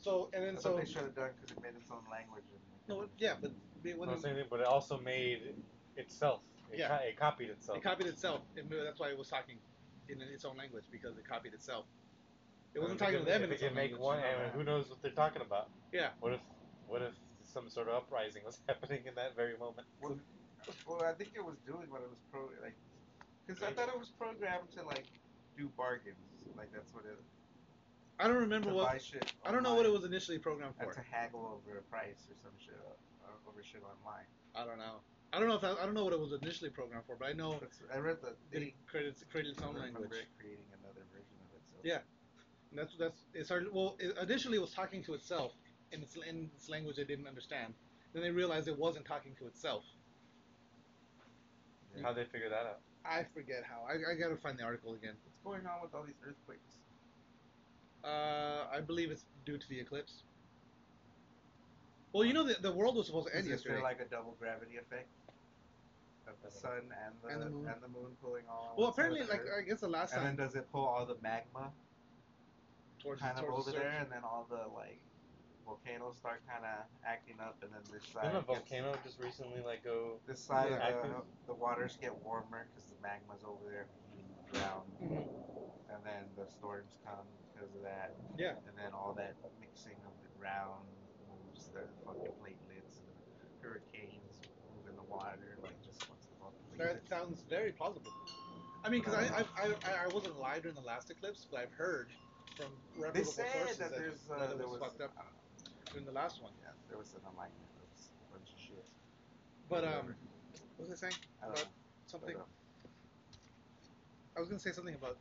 Speaker 2: So and
Speaker 6: I
Speaker 2: then
Speaker 6: thought
Speaker 2: so
Speaker 6: they shut it down because it made its own language. And
Speaker 2: no, yeah, but they, when
Speaker 3: Not
Speaker 2: they,
Speaker 3: saying that, but it also made itself. It,
Speaker 2: Yeah.
Speaker 3: co- it copied itself.
Speaker 2: it copied itself, and maybe that's why it was talking in its own language because it copied itself. It wasn't
Speaker 3: If
Speaker 2: talking to them
Speaker 3: If
Speaker 2: in
Speaker 3: it
Speaker 2: its
Speaker 3: can
Speaker 2: own
Speaker 3: make
Speaker 2: language.
Speaker 3: one, and who knows what they're talking about?
Speaker 2: Yeah.
Speaker 3: What if, what if some sort of uprising was happening in that very moment?
Speaker 6: Well, well, I think it was doing what it was pro like, because I thought it was programmed to like do bargains. Like that's what it.
Speaker 2: I don't remember
Speaker 6: to
Speaker 2: what.
Speaker 6: buy shit
Speaker 2: I don't know what it
Speaker 6: online
Speaker 2: was initially programmed
Speaker 6: And to
Speaker 2: for.
Speaker 6: haggle over a price or some shit uh, over shit online.
Speaker 2: I don't know. I don't know if that, I don't know what it was initially programmed for, but I know
Speaker 6: That's, I read the
Speaker 2: that
Speaker 6: thing.
Speaker 2: it created, created Oh. its
Speaker 6: I
Speaker 2: own
Speaker 6: remember
Speaker 2: language.
Speaker 6: it creating another version of itself.
Speaker 2: Yeah. And That's that's it started. Well, it, initially it was talking to itself in its in its language they didn't understand. Then they realized it wasn't talking to itself.
Speaker 6: Yeah.
Speaker 3: How'd they figure that out?
Speaker 2: I forget how. I, I gotta find the article again.
Speaker 6: What's going on with all these earthquakes?
Speaker 2: Uh, I believe it's due to the eclipse. Well, you know the, the world was supposed to
Speaker 6: Is
Speaker 2: end
Speaker 6: this
Speaker 2: yesterday.
Speaker 6: there like a double gravity effect of the sun and the
Speaker 2: And the moon.
Speaker 6: pulling all?
Speaker 2: well,
Speaker 6: on one side of
Speaker 2: apparently,
Speaker 6: the
Speaker 2: like
Speaker 6: Earth?
Speaker 2: I guess the last
Speaker 6: and
Speaker 2: time
Speaker 6: then does it pull all the magma
Speaker 2: towards
Speaker 6: kind of
Speaker 2: towards
Speaker 6: over
Speaker 2: the surface.
Speaker 6: there, and then all the like volcanoes start kind of acting up, and then this side
Speaker 3: Didn't a
Speaker 6: gets-
Speaker 3: volcano just recently like go?
Speaker 6: this side
Speaker 2: Yeah.
Speaker 6: of the,
Speaker 3: active?
Speaker 6: the waters get warmer because the magma's over there drown,
Speaker 2: Mhm.
Speaker 6: and then the storms come because of that,
Speaker 2: Yeah.
Speaker 6: and then all that mixing of the ground moves the fucking platelets, and hurricanes moving the water like just once a month.
Speaker 2: That sounds very plausible. I mean, because I, I, I, I wasn't alive during the last eclipse, but I've heard from
Speaker 6: They
Speaker 2: reputable
Speaker 6: said
Speaker 2: sources
Speaker 6: that
Speaker 2: that,
Speaker 6: there's uh,
Speaker 2: that it
Speaker 6: there
Speaker 2: was,
Speaker 6: was
Speaker 2: fucked up during the last one.
Speaker 6: yeah there was an alignment of s- bunch of shit.
Speaker 2: But um,
Speaker 6: Whatever.
Speaker 2: what was I saying?
Speaker 6: I don't
Speaker 2: But
Speaker 6: know. but,
Speaker 2: Something.
Speaker 6: um,
Speaker 2: I was gonna say something about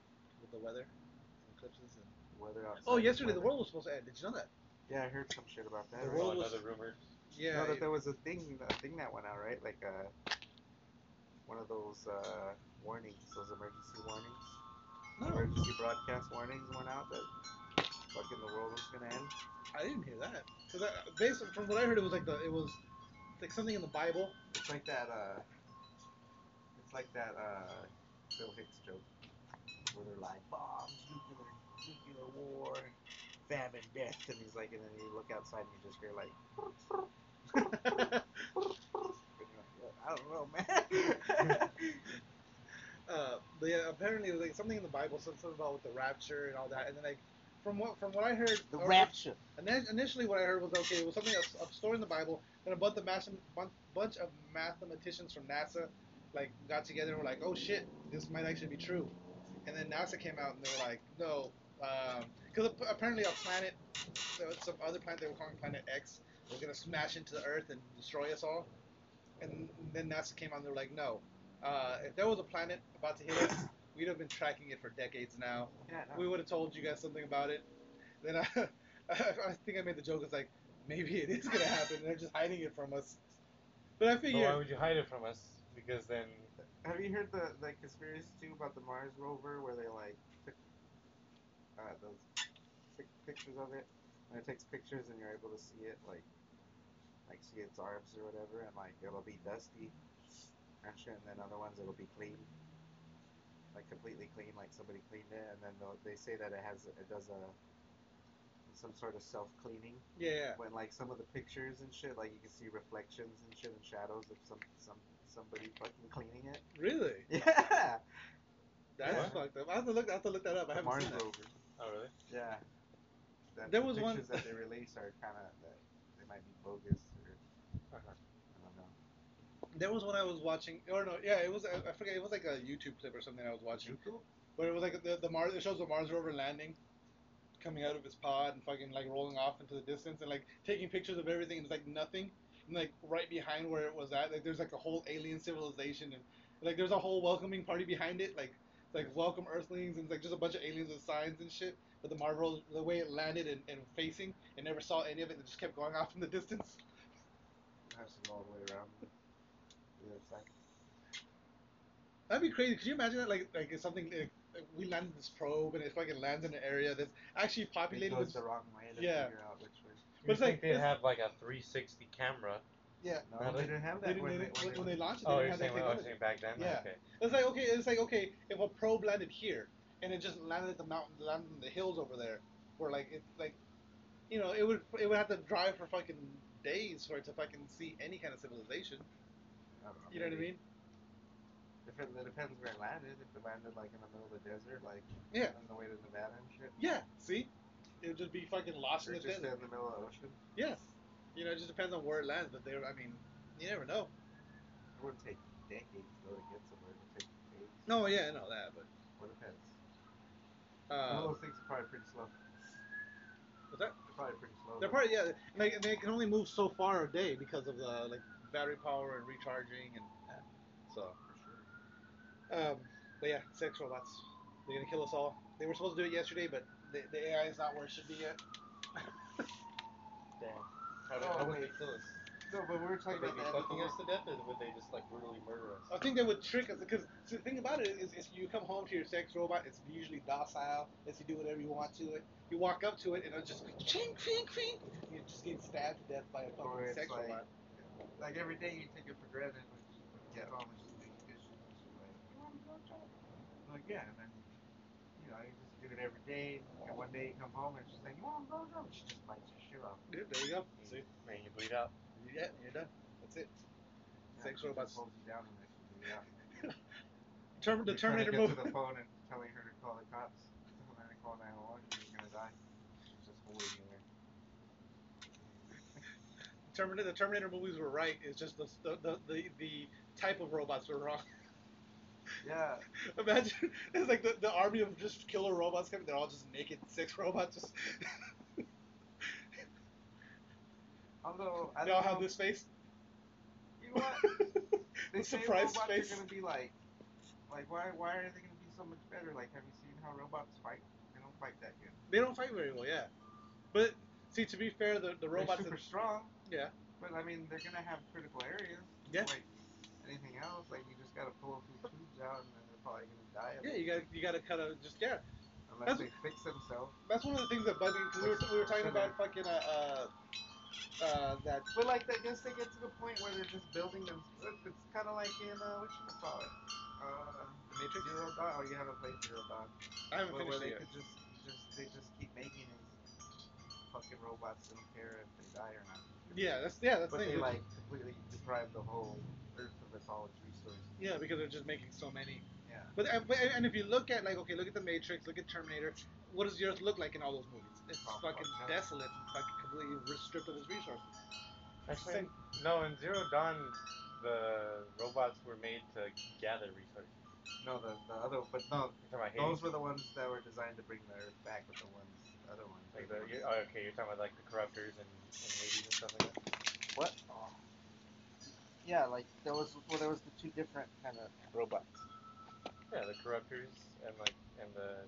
Speaker 2: the weather, and eclipses, and
Speaker 4: weather outside.
Speaker 2: Oh,
Speaker 4: is
Speaker 2: yesterday the
Speaker 4: weather.
Speaker 2: world was supposed to end. Did you know that?
Speaker 6: Yeah, I heard some shit about that.
Speaker 2: The
Speaker 6: right?
Speaker 2: world
Speaker 3: Oh,
Speaker 2: was-
Speaker 3: another rumor.
Speaker 6: You
Speaker 2: Yeah.
Speaker 6: know that
Speaker 2: it-
Speaker 6: there was a thing, a thing that went out, right? Like uh, one of those uh, warnings, those emergency warnings,
Speaker 2: no,
Speaker 6: emergency broadcast warnings went out that fucking the world was gonna end.
Speaker 2: I didn't hear that. Cause I, based from what I heard, it was like the it was like something in the Bible.
Speaker 6: It's like that. Uh, it's like that uh, Bill Hicks joke where they're like bombs, nuclear, nuclear war, famine, death, and he's like, and then you look outside and you just hear like, and you're like, I don't know, man.
Speaker 2: uh, but yeah, apparently it was like something in the Bible, something about with the rapture and all that. And then like from what from what I heard,
Speaker 6: the
Speaker 2: or-
Speaker 6: rapture.
Speaker 2: And then initially, what I heard was okay, it was something a, a story in the Bible. Then a bunch of, mas- bun- bunch of mathematicians from NASA like got together and were like, "Oh shit, this might actually be true." And then NASA came out and they were like, "No," because apparently a planet, there was some other planet they were calling Planet X, was gonna smash into the Earth and destroy us all. And then NASA came out and they were like, "No, uh, if there was a planet about to hit us, we'd have been tracking it for decades now."
Speaker 6: Yeah, no.
Speaker 2: we would have told you guys something about it. Then I, I think I made the joke. It's like maybe it is gonna happen. and They're just hiding it from us. But I
Speaker 3: But
Speaker 2: figure
Speaker 3: why would you hide it from us? Because then
Speaker 6: Have you heard the the conspiracy too about the Mars rover where they like took uh, those pic- pictures of it and it takes pictures and you're able to see it like like see its arms or whatever and like it'll be dusty and shit and then other ones it'll be clean like completely clean like somebody cleaned it and then they'll- they say that it has it does a some sort of self cleaning
Speaker 2: yeah, yeah.
Speaker 6: when like some of the pictures and shit, like you can see reflections and shit and shadows of some some somebody fucking cleaning it.
Speaker 2: really
Speaker 6: Yeah,
Speaker 2: that's
Speaker 3: Yeah.
Speaker 2: fucked up. I have to look. I have to look that up. I
Speaker 6: the
Speaker 2: haven't
Speaker 6: Mars
Speaker 2: seen that.
Speaker 6: rover.
Speaker 3: oh really?
Speaker 6: Yeah, that,
Speaker 2: There
Speaker 6: the
Speaker 2: was one-
Speaker 6: pictures that they release are kind of they might be bogus or
Speaker 3: Uh-huh.
Speaker 6: I don't know.
Speaker 2: There was one I was watching. Or no, yeah, it was. I, I forget. It was like a YouTube clip or something I was watching. But it was like the, the Mars. It shows the Mars rover landing, coming out of its pod and fucking like rolling off into the distance and like taking pictures of everything and it's like nothing. And like right behind where it was at, like there's like a whole alien civilization and like there's a whole welcoming party behind it, like like welcome Earthlings and it's like just a bunch of aliens with signs and shit. But the Marvel, the way it landed and, and facing, it never saw any of it. It just kept going off in the distance.
Speaker 6: Have to go all the way around. The other side.
Speaker 2: That'd be crazy. Could you imagine that? Like like it's something like, like we landed this probe and it fucking lands in an area that's actually
Speaker 6: It
Speaker 2: populated
Speaker 6: goes
Speaker 2: with
Speaker 6: the wrong way to
Speaker 2: yeah.
Speaker 6: figure out which way.
Speaker 2: But
Speaker 3: You
Speaker 2: it's
Speaker 3: think
Speaker 2: like-
Speaker 3: they'd
Speaker 2: it's-
Speaker 3: have like a 360 camera?
Speaker 2: yeah.
Speaker 6: No,
Speaker 3: Really?
Speaker 6: they didn't have that
Speaker 2: They didn't,
Speaker 6: when
Speaker 2: they
Speaker 6: they,
Speaker 2: didn't,
Speaker 6: when
Speaker 2: when they launched it, they
Speaker 3: Oh,
Speaker 2: didn't
Speaker 3: you're
Speaker 2: have that
Speaker 3: saying, oh,
Speaker 2: technology.
Speaker 3: you're saying back then?
Speaker 2: Yeah.
Speaker 3: Okay.
Speaker 2: It's like okay, it's like okay, if a probe landed here and it just landed at the mountain, landed in the hills over there, where like it like, you know, it would it would have to drive for fucking days for it to fucking see any kind of civilization.
Speaker 6: I don't know,
Speaker 2: You know what I
Speaker 6: maybe.
Speaker 2: mean?
Speaker 6: If it, it depends where it landed. If it landed like in the middle of the desert, like
Speaker 2: Yeah.
Speaker 6: on the way to Nevada and shit.
Speaker 2: Yeah. See, it would just be fucking lost
Speaker 6: Or
Speaker 2: in the
Speaker 6: just
Speaker 2: desert.
Speaker 6: in the middle of the ocean.
Speaker 2: Yeah. You know, it just depends on where it lands, but they, I mean, you never know.
Speaker 6: It would take decades though to get somewhere. It would take days.
Speaker 2: No, yeah, I know that, but
Speaker 6: What depends? Some of
Speaker 2: uh,
Speaker 6: those things are probably pretty slow.
Speaker 2: what's that?
Speaker 6: They're probably pretty slow.
Speaker 2: They're probably yeah, like they can only move so far a day because of the like battery power and recharging and so.
Speaker 6: for sure.
Speaker 2: Um, but yeah, sex robots. They're gonna kill us all. They were supposed to do it yesterday, but the, the AI is not where it should be yet.
Speaker 3: Damn. How, do,
Speaker 6: Oh,
Speaker 3: how would
Speaker 6: wait.
Speaker 3: they kill us?
Speaker 6: No, but we were talking
Speaker 3: Would they
Speaker 6: about
Speaker 3: be fucking
Speaker 6: the end of the
Speaker 3: us
Speaker 6: world.
Speaker 3: to death, or would they just like brutally murder us?
Speaker 2: I think they would trick us because the thing about it is, is you come home to your sex robot, it's usually docile, lets you do whatever you want to it. You walk up to it and it'll just ching, ching, ching. You just get stabbed to death by a
Speaker 6: Or
Speaker 2: fucking
Speaker 6: it's
Speaker 2: sex
Speaker 6: like-
Speaker 2: robot.
Speaker 6: Like every day you take it for granted when you get home and just make dishes and she's like, You want a blowjob? I'm Like, yeah, and then you know, you just do it every day and one day you come home and she's like, You want a blowjob? She just bites your shit off.
Speaker 2: Yeah, there you go. See?
Speaker 3: Man, you bleed out.
Speaker 2: Yeah, you're done. That's it.
Speaker 6: Yeah,
Speaker 2: Sex
Speaker 6: she just
Speaker 2: robots.
Speaker 6: holds you down and lets you do it out.
Speaker 2: Term- the
Speaker 6: You're trying to
Speaker 2: Terminator
Speaker 6: get
Speaker 2: movie.
Speaker 6: to the phone and telling her to call the cops. Telling her to call 911. You're gonna die. She's just holding you there.
Speaker 2: Terminator, the Terminator movies were right. It's just the the, the, the, the type of robots were wrong.
Speaker 6: Yeah.
Speaker 2: Imagine it's like the, the army of just killer robots coming. They're all just naked sex robots. Just
Speaker 6: Although I
Speaker 2: they
Speaker 6: don't
Speaker 2: all
Speaker 6: know.
Speaker 2: have this face.
Speaker 6: You know what? They
Speaker 2: The
Speaker 6: say
Speaker 2: surprise
Speaker 6: robots
Speaker 2: face.
Speaker 6: are gonna be like, like why why are they gonna be so much better? Like, have you seen how robots fight? They don't fight that good.
Speaker 2: They don't fight very well, yeah. But see, to be fair, the, the robots.
Speaker 6: They're super strong.
Speaker 2: Yeah.
Speaker 6: But I mean, they're gonna have critical areas.
Speaker 2: Yeah.
Speaker 6: Like anything else, like you just gotta pull a few tubes out, and then they're probably gonna die. of
Speaker 2: yeah, you
Speaker 6: it.
Speaker 2: got to you got to cut a just yeah. that's-
Speaker 6: Unless they fix themselves.
Speaker 2: That's one of the things that bugged me because we were, we were talking about fucking uh, uh, uh that
Speaker 6: But like, I guess they get to the point where they're just building them. It's kind of like in uh, what you call it, uh,
Speaker 2: Matrix?
Speaker 6: Zero Dawn. Oh, you haven't played Zero Dawn.
Speaker 2: I haven't
Speaker 6: Where,
Speaker 2: finished it
Speaker 6: where they
Speaker 2: yet.
Speaker 6: could just, just, they just keep making these fucking robots. Don't care if they die or not.
Speaker 2: Yeah, that's yeah, that's
Speaker 6: but
Speaker 2: the
Speaker 6: they
Speaker 2: thing.
Speaker 6: like completely deprive the whole Earth of its all its resources.
Speaker 2: Yeah, because they're just making so many.
Speaker 6: Yeah.
Speaker 2: But and, but- and if you look at like okay, look at the Matrix, look at Terminator. What does the Earth look like in all those movies? It's
Speaker 6: Oh,
Speaker 2: fucking
Speaker 6: fuck, yeah.
Speaker 2: desolate, and fucking completely re- stripped of its resources.
Speaker 3: Actually,
Speaker 2: Same.
Speaker 3: no. In Zero Dawn, the robots were made to gather resources.
Speaker 6: No, the, the other, but no,
Speaker 3: You're talking about Hades?
Speaker 6: those were the ones that were designed to bring the Earth back. With the ones, other ones.
Speaker 3: Like the,
Speaker 6: they were-
Speaker 3: you're, oh, okay, you're talking about like the corruptors and, and Hades and stuff like that.
Speaker 6: What? Yeah, like there was well, there was the two different kind of robots.
Speaker 3: Yeah, the corruptors and like and the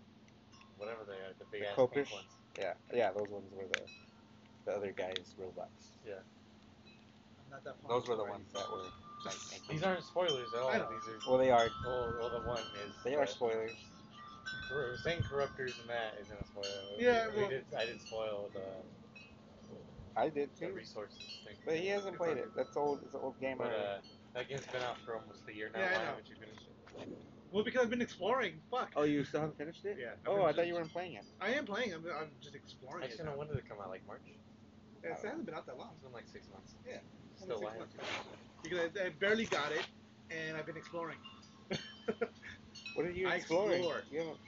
Speaker 3: whatever they are, the big
Speaker 6: The
Speaker 3: ass
Speaker 6: Copers?
Speaker 3: pink ones.
Speaker 6: Yeah, yeah, those ones were the the other guys' robots.
Speaker 2: I'm not that. far
Speaker 6: Those were the
Speaker 2: already.
Speaker 6: ones that were like. making-
Speaker 3: These aren't spoilers at all.
Speaker 2: I know.
Speaker 3: These are
Speaker 6: Well, they are.
Speaker 3: well, well, the one is
Speaker 6: They
Speaker 3: the,
Speaker 6: are spoilers.
Speaker 3: We're saying corruptors and that isn't a spoiler. We-
Speaker 2: Yeah,
Speaker 3: we
Speaker 2: well-
Speaker 3: did, I did spoil the,
Speaker 6: I did
Speaker 3: the
Speaker 6: too,
Speaker 3: resources thing.
Speaker 6: but he hasn't
Speaker 3: It's on-
Speaker 6: played it. That's old. It's an old game.
Speaker 3: But
Speaker 6: already.
Speaker 3: uh, that game's been out for almost a year now.
Speaker 2: Yeah, I
Speaker 3: Why
Speaker 2: know.
Speaker 3: haven't you finished it?
Speaker 2: Well, because I've been exploring. Fuck.
Speaker 6: oh, you still haven't finished it?
Speaker 2: Yeah, I've
Speaker 6: Oh,
Speaker 2: been
Speaker 6: I thought
Speaker 2: just-
Speaker 6: you weren't playing it.
Speaker 2: I am playing. I'm, I'm just exploring it.
Speaker 3: Actually, no. When did it come out? Like March?
Speaker 2: It's- It hasn't been out that long.
Speaker 3: It's been like six months.
Speaker 2: Yeah,
Speaker 3: Still,
Speaker 2: six
Speaker 3: why
Speaker 2: months.
Speaker 3: haven't you finished it?
Speaker 2: Because I, I barely got it, and I've been exploring.
Speaker 6: What are you
Speaker 2: I
Speaker 6: exploring?
Speaker 2: explore.
Speaker 6: You haven't.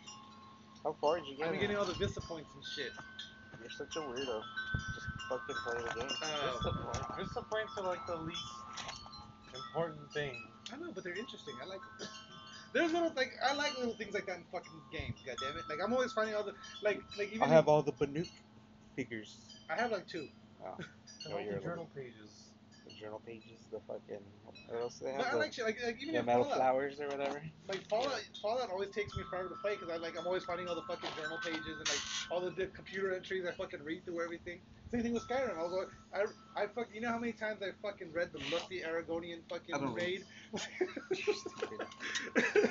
Speaker 6: How far did you get?
Speaker 2: I've been getting
Speaker 6: in?
Speaker 2: all the vista points and shit.
Speaker 6: You're such a weirdo. Just fucking play the game.
Speaker 2: Uh,
Speaker 3: Vista points. Vista points are like the least important thing.
Speaker 6: Oh,
Speaker 2: I know, but they're interesting. I like them. There's little like I like little things like that in fucking games. God damn it! Like I'm always finding all the like like even
Speaker 6: I have all the Banuk figures.
Speaker 2: I have like two.
Speaker 6: Oh,
Speaker 3: And
Speaker 6: No,
Speaker 3: all
Speaker 6: you're
Speaker 3: the
Speaker 6: a
Speaker 3: journal pages.
Speaker 6: the journal pages, the fucking. What else do they have?
Speaker 2: But I
Speaker 6: The-
Speaker 2: like shit like, like even
Speaker 6: the
Speaker 2: in
Speaker 6: metal
Speaker 2: Fallout.
Speaker 6: flowers or whatever.
Speaker 2: Like Fallout, Fallout always takes me forever to play because I like I'm always finding all the fucking journal pages and like all the, di- computer entries. I fucking read through everything. Same thing with Skyrim. I was like, I I fuck. You know how many times I fucking read the lusty Aragonian
Speaker 6: I
Speaker 2: fucking
Speaker 6: don't
Speaker 2: raid?
Speaker 6: read.
Speaker 3: The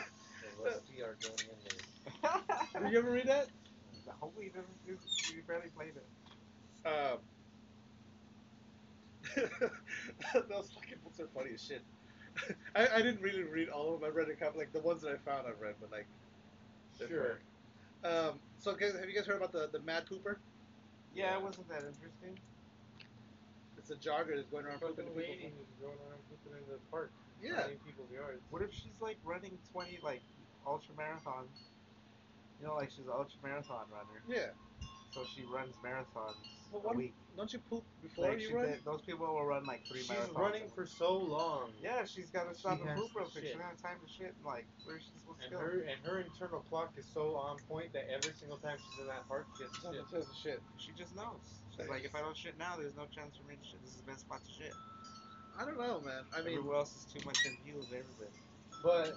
Speaker 3: Rusty Argonian Maze.
Speaker 2: Did you ever read that?
Speaker 6: Hopefully you never, you, you barely played it.
Speaker 2: Um, those fucking books are funny as shit. I, I didn't really read all of them. I read a couple, like the ones that I found, I've read, but like. they're
Speaker 3: Sure.
Speaker 2: fun. Um, so, guys, have you guys heard about the, the Mad Pooper?
Speaker 6: Yeah, it wasn't that interesting.
Speaker 2: It's a jogger that's going around pooping
Speaker 3: Fucking
Speaker 2: to
Speaker 3: lady
Speaker 2: people.
Speaker 3: who's going around pooping in the park.
Speaker 2: Yeah.
Speaker 3: Hiding people's yards.
Speaker 6: What if she's like running 20 like ultra marathons? You know, like she's an ultra marathon runner,
Speaker 2: Yeah.
Speaker 6: so she runs marathons
Speaker 2: But
Speaker 6: a
Speaker 2: what-
Speaker 6: week.
Speaker 2: Don't you poop before
Speaker 6: Like she,
Speaker 2: you run?
Speaker 6: did- those people will run like three
Speaker 3: She's
Speaker 6: marathons.
Speaker 3: running
Speaker 6: a
Speaker 3: for
Speaker 6: week.
Speaker 3: so long.
Speaker 6: Yeah, she's got to stop
Speaker 3: She
Speaker 6: and
Speaker 3: has
Speaker 6: poop
Speaker 3: to
Speaker 6: real quick. She
Speaker 3: shit.
Speaker 6: doesn't have time to shit. and, Like, where's she supposed
Speaker 3: And
Speaker 6: to go?
Speaker 3: her and her internal clock is so on point that every single time she's in that park, she gets
Speaker 2: Someone
Speaker 3: shit.
Speaker 2: says the shit.
Speaker 6: She just knows. She's like, if I don't shit now, there's no chance for me to shit. This is the best spot to shit.
Speaker 2: I don't know, man. I mean,
Speaker 6: everyone else is too much in view of everybody.
Speaker 3: But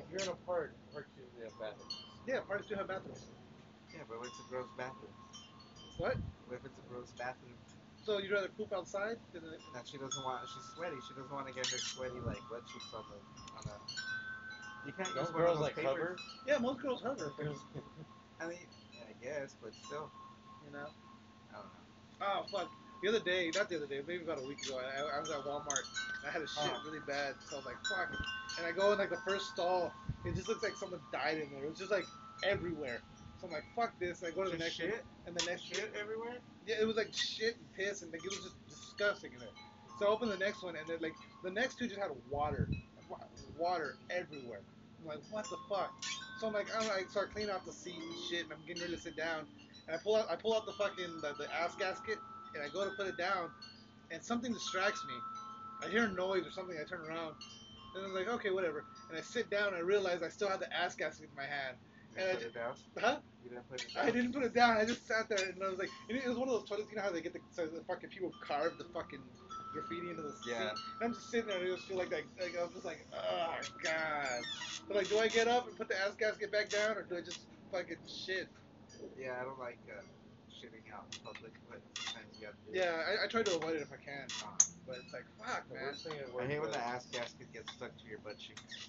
Speaker 3: if you're in a park, parks usually have bathrooms.
Speaker 2: yeah, parks do have bathrooms.
Speaker 6: Yeah, but what's a gross bathroom?
Speaker 2: What?
Speaker 6: What if it's a gross bathroom?
Speaker 2: So you'd rather poop outside than
Speaker 6: That she doesn't want. She's sweaty. She doesn't want to get her sweaty like wet cheeks on the on a. You can't
Speaker 3: Don't
Speaker 6: use one of
Speaker 3: girls
Speaker 6: those
Speaker 3: like
Speaker 6: papers.
Speaker 3: hover?
Speaker 2: yeah, most girls hover.
Speaker 6: I mean, yeah, I guess, but still,
Speaker 2: You know.
Speaker 6: I don't know.
Speaker 2: Oh fuck! The other day, not the other day, maybe about a week ago, I, I was at Walmart. And I had a shit
Speaker 6: Oh.
Speaker 2: really bad, so I was like, "Fuck!" And I go in like the first stall. It just looks like someone died in there. It was just like everywhere. So I'm like, "Fuck this!" And I go to the next
Speaker 6: Just
Speaker 2: one,
Speaker 6: shit,
Speaker 2: and the next
Speaker 6: shit everywhere.
Speaker 2: yeah, it was like shit and piss, and like it was just disgusting in there. So I opened the next one, and then like the next two just had water, wa- water everywhere. I'm like, what the fuck? So I'm like, I'm like, start cleaning off the seat and shit, and I'm getting ready to sit down, and I pull out, I pull out the fucking the, the ass gasket, and I go to put it down, and something distracts me. I hear a noise or something. I turn around, and I'm like, okay, whatever. And I sit down, and I realize I still have the ass gasket in my hand.
Speaker 6: You
Speaker 2: Uh,
Speaker 6: didn't put it down.
Speaker 2: Huh?
Speaker 6: You didn't put it down.
Speaker 2: I didn't put it down. I just sat there and I was like, and it was one of those toilets. You know how they get the, so the fucking people carve the fucking graffiti into the
Speaker 6: Yeah.
Speaker 2: seat. And I'm just sitting there and I just feel like that. Like I was just like, oh god. But like, do I get up and put the ass gasket back down, or do I just fucking shit?
Speaker 6: Yeah, I don't like uh, shitting out in public, but sometimes you have to. do
Speaker 2: Yeah,
Speaker 6: it.
Speaker 2: I, I try to avoid it if I can,
Speaker 6: Um,
Speaker 2: but it's like, fuck,
Speaker 3: The
Speaker 2: man.
Speaker 3: worst thing at
Speaker 6: I
Speaker 3: work
Speaker 6: hate when
Speaker 3: was-
Speaker 6: the ass gasket gets stuck to your butt cheeks.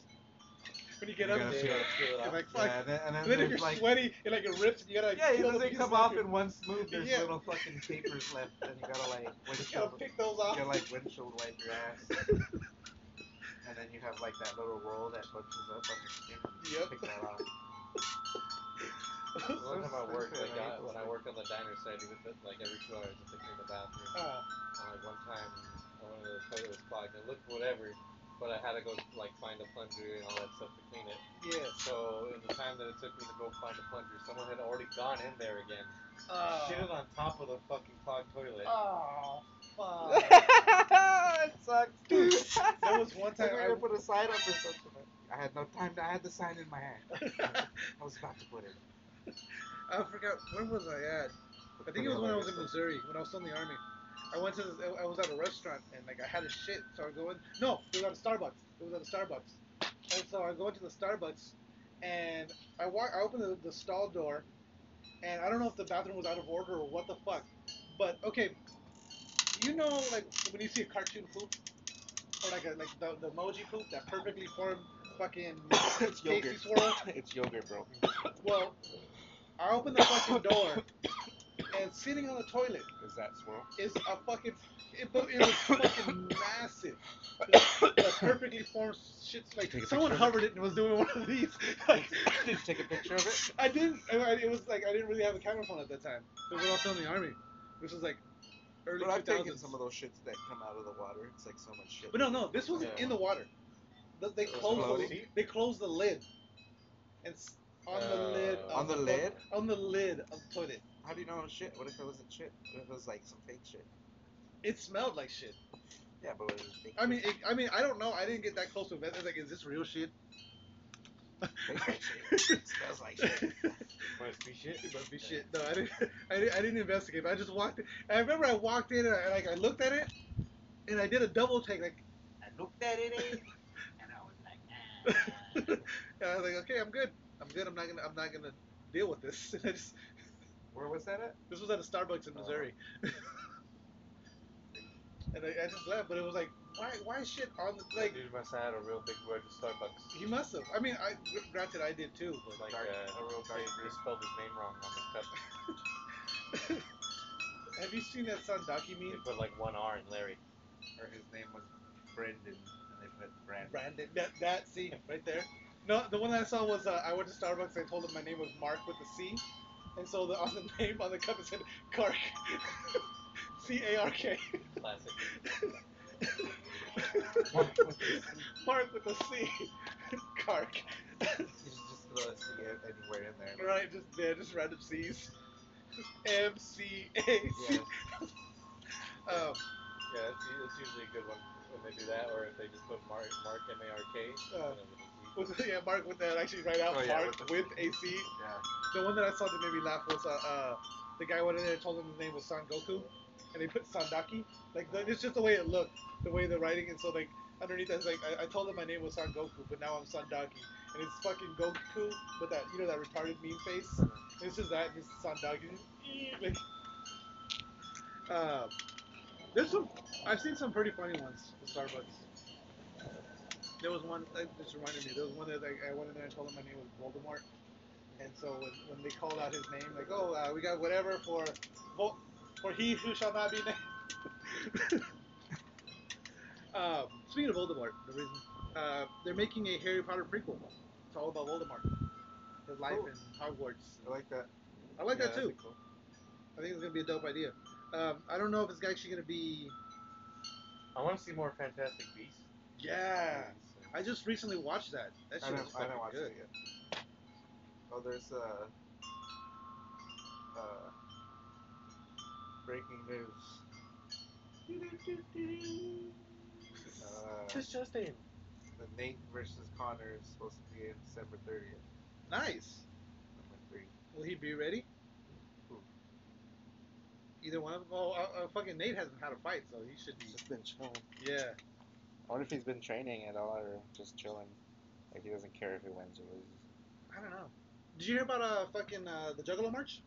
Speaker 2: When you get
Speaker 6: You
Speaker 2: up
Speaker 6: gotta
Speaker 2: there,
Speaker 6: feel it.
Speaker 3: feel it
Speaker 2: you're
Speaker 3: out.
Speaker 2: like, fuck.
Speaker 6: Yeah, and then, and then
Speaker 2: And then if
Speaker 6: there's
Speaker 2: you're
Speaker 6: like
Speaker 2: sweaty, it like it rips. You gotta
Speaker 6: yeah, it
Speaker 2: peel the
Speaker 6: doesn't
Speaker 2: pieces
Speaker 6: come off
Speaker 2: your-
Speaker 6: in one swoop. There's
Speaker 2: Yeah.
Speaker 6: little fucking papers left, and you gotta like
Speaker 2: You gotta
Speaker 6: windshield, you
Speaker 2: pick those off.
Speaker 6: gotta like windshield wipe your ass, and then you have like that little roll that bunches up on your skin. and you
Speaker 2: Yep.
Speaker 6: Pick that off.
Speaker 3: The One
Speaker 6: So
Speaker 3: time I worked, like,
Speaker 6: stupid, I hate
Speaker 3: I,
Speaker 6: those
Speaker 3: when I
Speaker 6: things.
Speaker 3: worked on the diner side, we would put, like, every two hours, I'd in the bathroom.
Speaker 2: Uh,
Speaker 3: And, like, one time, I went to the toilet was clogged. It looked whatever, but I had to go, like, find a plunger and all that stuff to clean it.
Speaker 2: yes.
Speaker 3: So, in the time that it took me to go find a plunger, someone had already gone in there again.
Speaker 2: Oh.
Speaker 3: Shit it on top of the fucking clogged toilet.
Speaker 2: Oh, fuck. Oh,
Speaker 6: it sucks.
Speaker 2: there was one time
Speaker 6: I
Speaker 2: I,
Speaker 6: put a sign up or something. I had no time. To, I had the sign in my hand. I was about to put it.
Speaker 2: I forgot where was I at. I think it was when I was in Missouri, when I was still in the army. I went to this, I was at a restaurant and like I had a shit, so I go in. No, it was at a Starbucks. It was at a Starbucks, and so I go into the Starbucks, and I walk. I open the, the stall door, and I don't know if the bathroom was out of order or what the fuck, but okay, you know like when you see a cartoon poop, or like a like the, the emoji poop, that perfectly formed fucking
Speaker 6: It's
Speaker 2: Stacy
Speaker 6: yogurt.
Speaker 2: swirl.
Speaker 6: It's yogurt, bro.
Speaker 2: Well, I open the fucking door, and sitting on the toilet
Speaker 6: Is that swirl?
Speaker 2: is a fucking. It, but it was fucking massive. Like, a perfectly formed shit. Like
Speaker 6: Take a
Speaker 2: someone
Speaker 6: picture of
Speaker 2: hovered it and was doing one of these. Like,
Speaker 6: Did you take a picture of it?
Speaker 2: I didn't. I, I- it was like I didn't really have a camera phone at that time. Because when I was still in the army, this was like early
Speaker 6: But I've
Speaker 2: 2000s.
Speaker 6: taken some of those shits that come out of the water. It's like so much shit.
Speaker 2: But no, no, this wasn't
Speaker 3: Yeah.
Speaker 2: in the water. Th- They
Speaker 3: It was
Speaker 2: closed. The,
Speaker 3: floating?
Speaker 2: they closed the lid. And s- on the
Speaker 3: Uh,
Speaker 2: lid. of
Speaker 6: On the lid?
Speaker 2: On the lid of the toilet.
Speaker 6: How do you know it was shit? What if it wasn't shit? What if it was like some fake shit?
Speaker 2: It smelled like shit.
Speaker 6: Yeah, but what if it was fake
Speaker 2: I mean,
Speaker 6: shit?
Speaker 2: it, I mean, I don't know. I didn't get that close to it. I was like, is this real shit?
Speaker 6: Tastes like shit. It smells like shit.
Speaker 3: Must be shit.
Speaker 2: It must be shit. No, I didn't. I didn't, I didn't investigate. I just walked. I remember I walked in and I, like I looked at it, and I did a double take. Like
Speaker 6: I looked at it, eh, and I was like, ah.
Speaker 2: and I was like, okay, I'm good. I'm good. I'm not gonna. I'm not gonna deal with this. And I just.
Speaker 6: Where was that at?
Speaker 2: This was at a Starbucks in Missouri. and I, I just left, but it was like, why? Why is shit on the like?
Speaker 3: Dude must have had a real big word at Starbucks.
Speaker 2: He must have. I mean, I granted I did too, but
Speaker 3: Like,
Speaker 6: Dark-
Speaker 3: uh,
Speaker 6: a real dark
Speaker 3: they, they
Speaker 6: green.
Speaker 3: spelled his name wrong on the cup.
Speaker 2: have you seen that Sandaki
Speaker 3: They
Speaker 2: meme?
Speaker 3: put, like, one R in Larry.
Speaker 6: Or his name was Brendan, and they put Brandon.
Speaker 2: Brandon. That that see right there. No, the one I saw was uh, I went to Starbucks. I told them my name was Mark with a C, and so the, on the name on the cup it said Kark, C A R K,
Speaker 3: Classic.
Speaker 2: Mark with a C, Kark.
Speaker 6: You should just throw a C a- anywhere in there.
Speaker 2: Right, just yeah, just random C's. M C A C.
Speaker 6: Yeah.
Speaker 2: Um,
Speaker 3: Yeah, it's, u- it's usually a good one when they do that, or if they just put Mark, Mark M A R K.
Speaker 2: Uh, with, yeah, Mark with that actually right out
Speaker 6: Oh, yeah,
Speaker 2: Mark
Speaker 6: with
Speaker 2: with a C.
Speaker 6: Yeah.
Speaker 2: The one that I saw that made me laugh was uh, uh the guy went in there and told him his name was Son Goku, and they put Sandaki. Like the, it's just the way it looked, the way the writing, and so like underneath that's like I, I told him my name was Son Goku, but now I'm Sandaki, and it's fucking Goku with that you know that retarded meme face. And
Speaker 6: Uh-huh.
Speaker 2: it's just that and it's Sandaki. Like, uh, there's some I've seen some pretty funny ones at Starbucks. There was one that just reminded me. There was one that I, I went in there and told him my name was Voldemort. And so when, when they called out his name, like, oh, uh, we got whatever for Vo- for he who shall not be named. um, speaking of Voldemort, the reason uh, they're making a Harry Potter prequel. It's all about Voldemort, his life
Speaker 6: Cool.
Speaker 2: in Hogwarts.
Speaker 6: Oh. I like that.
Speaker 2: I like that too.
Speaker 6: Yeah, that'd be cool.
Speaker 2: I think it's gonna be a dope idea. Um, I don't know if it's actually gonna be.
Speaker 3: I want to see more Fantastic Beasts.
Speaker 2: Yeah.
Speaker 3: movies.
Speaker 2: I just recently watched that. That
Speaker 6: I
Speaker 2: shit was
Speaker 6: don't, I
Speaker 2: fucking
Speaker 6: don't watch
Speaker 2: good.
Speaker 6: it yet. Oh, there's uh, uh, breaking news. Uh,
Speaker 3: Just Justin.
Speaker 6: the Nate versus Connor is supposed to be in December 30th,
Speaker 2: Nice.
Speaker 6: number three.
Speaker 2: Will he be ready?
Speaker 6: Who?
Speaker 2: Either one of them. Well, uh, uh, fucking Nate hasn't had a fight, so he should
Speaker 6: He's
Speaker 2: be.
Speaker 6: just been chilling.
Speaker 2: Yeah.
Speaker 6: I wonder if he's been training at all or just chilling. Like he doesn't care if he wins or loses.
Speaker 2: I don't know. Did you hear about uh fucking uh, the Juggalo March?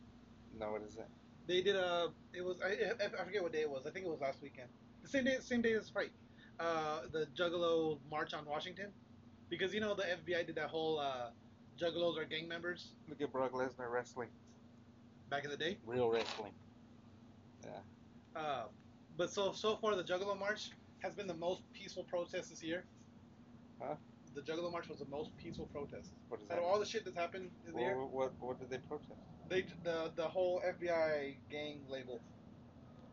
Speaker 4: No, what is it?
Speaker 2: They did a. It was I, I I forget what day it was. I think it was last weekend. The same day, same day as the fight. Uh, the Juggalo March on Washington, because you know the FBI did that whole uh, Juggalos are gang members
Speaker 4: Look at Brock Lesnar wrestling.
Speaker 2: back in the day.
Speaker 4: Real wrestling.
Speaker 2: Uh, but so so far the Juggalo March has been the most peaceful protest this year.
Speaker 4: Huh?
Speaker 2: The Juggalo March was the most peaceful protest.
Speaker 4: What is
Speaker 2: Out
Speaker 4: that?
Speaker 2: of all the shit that's happened in the year,
Speaker 4: what, what, what did they protest?
Speaker 2: they the the whole FBI gang label.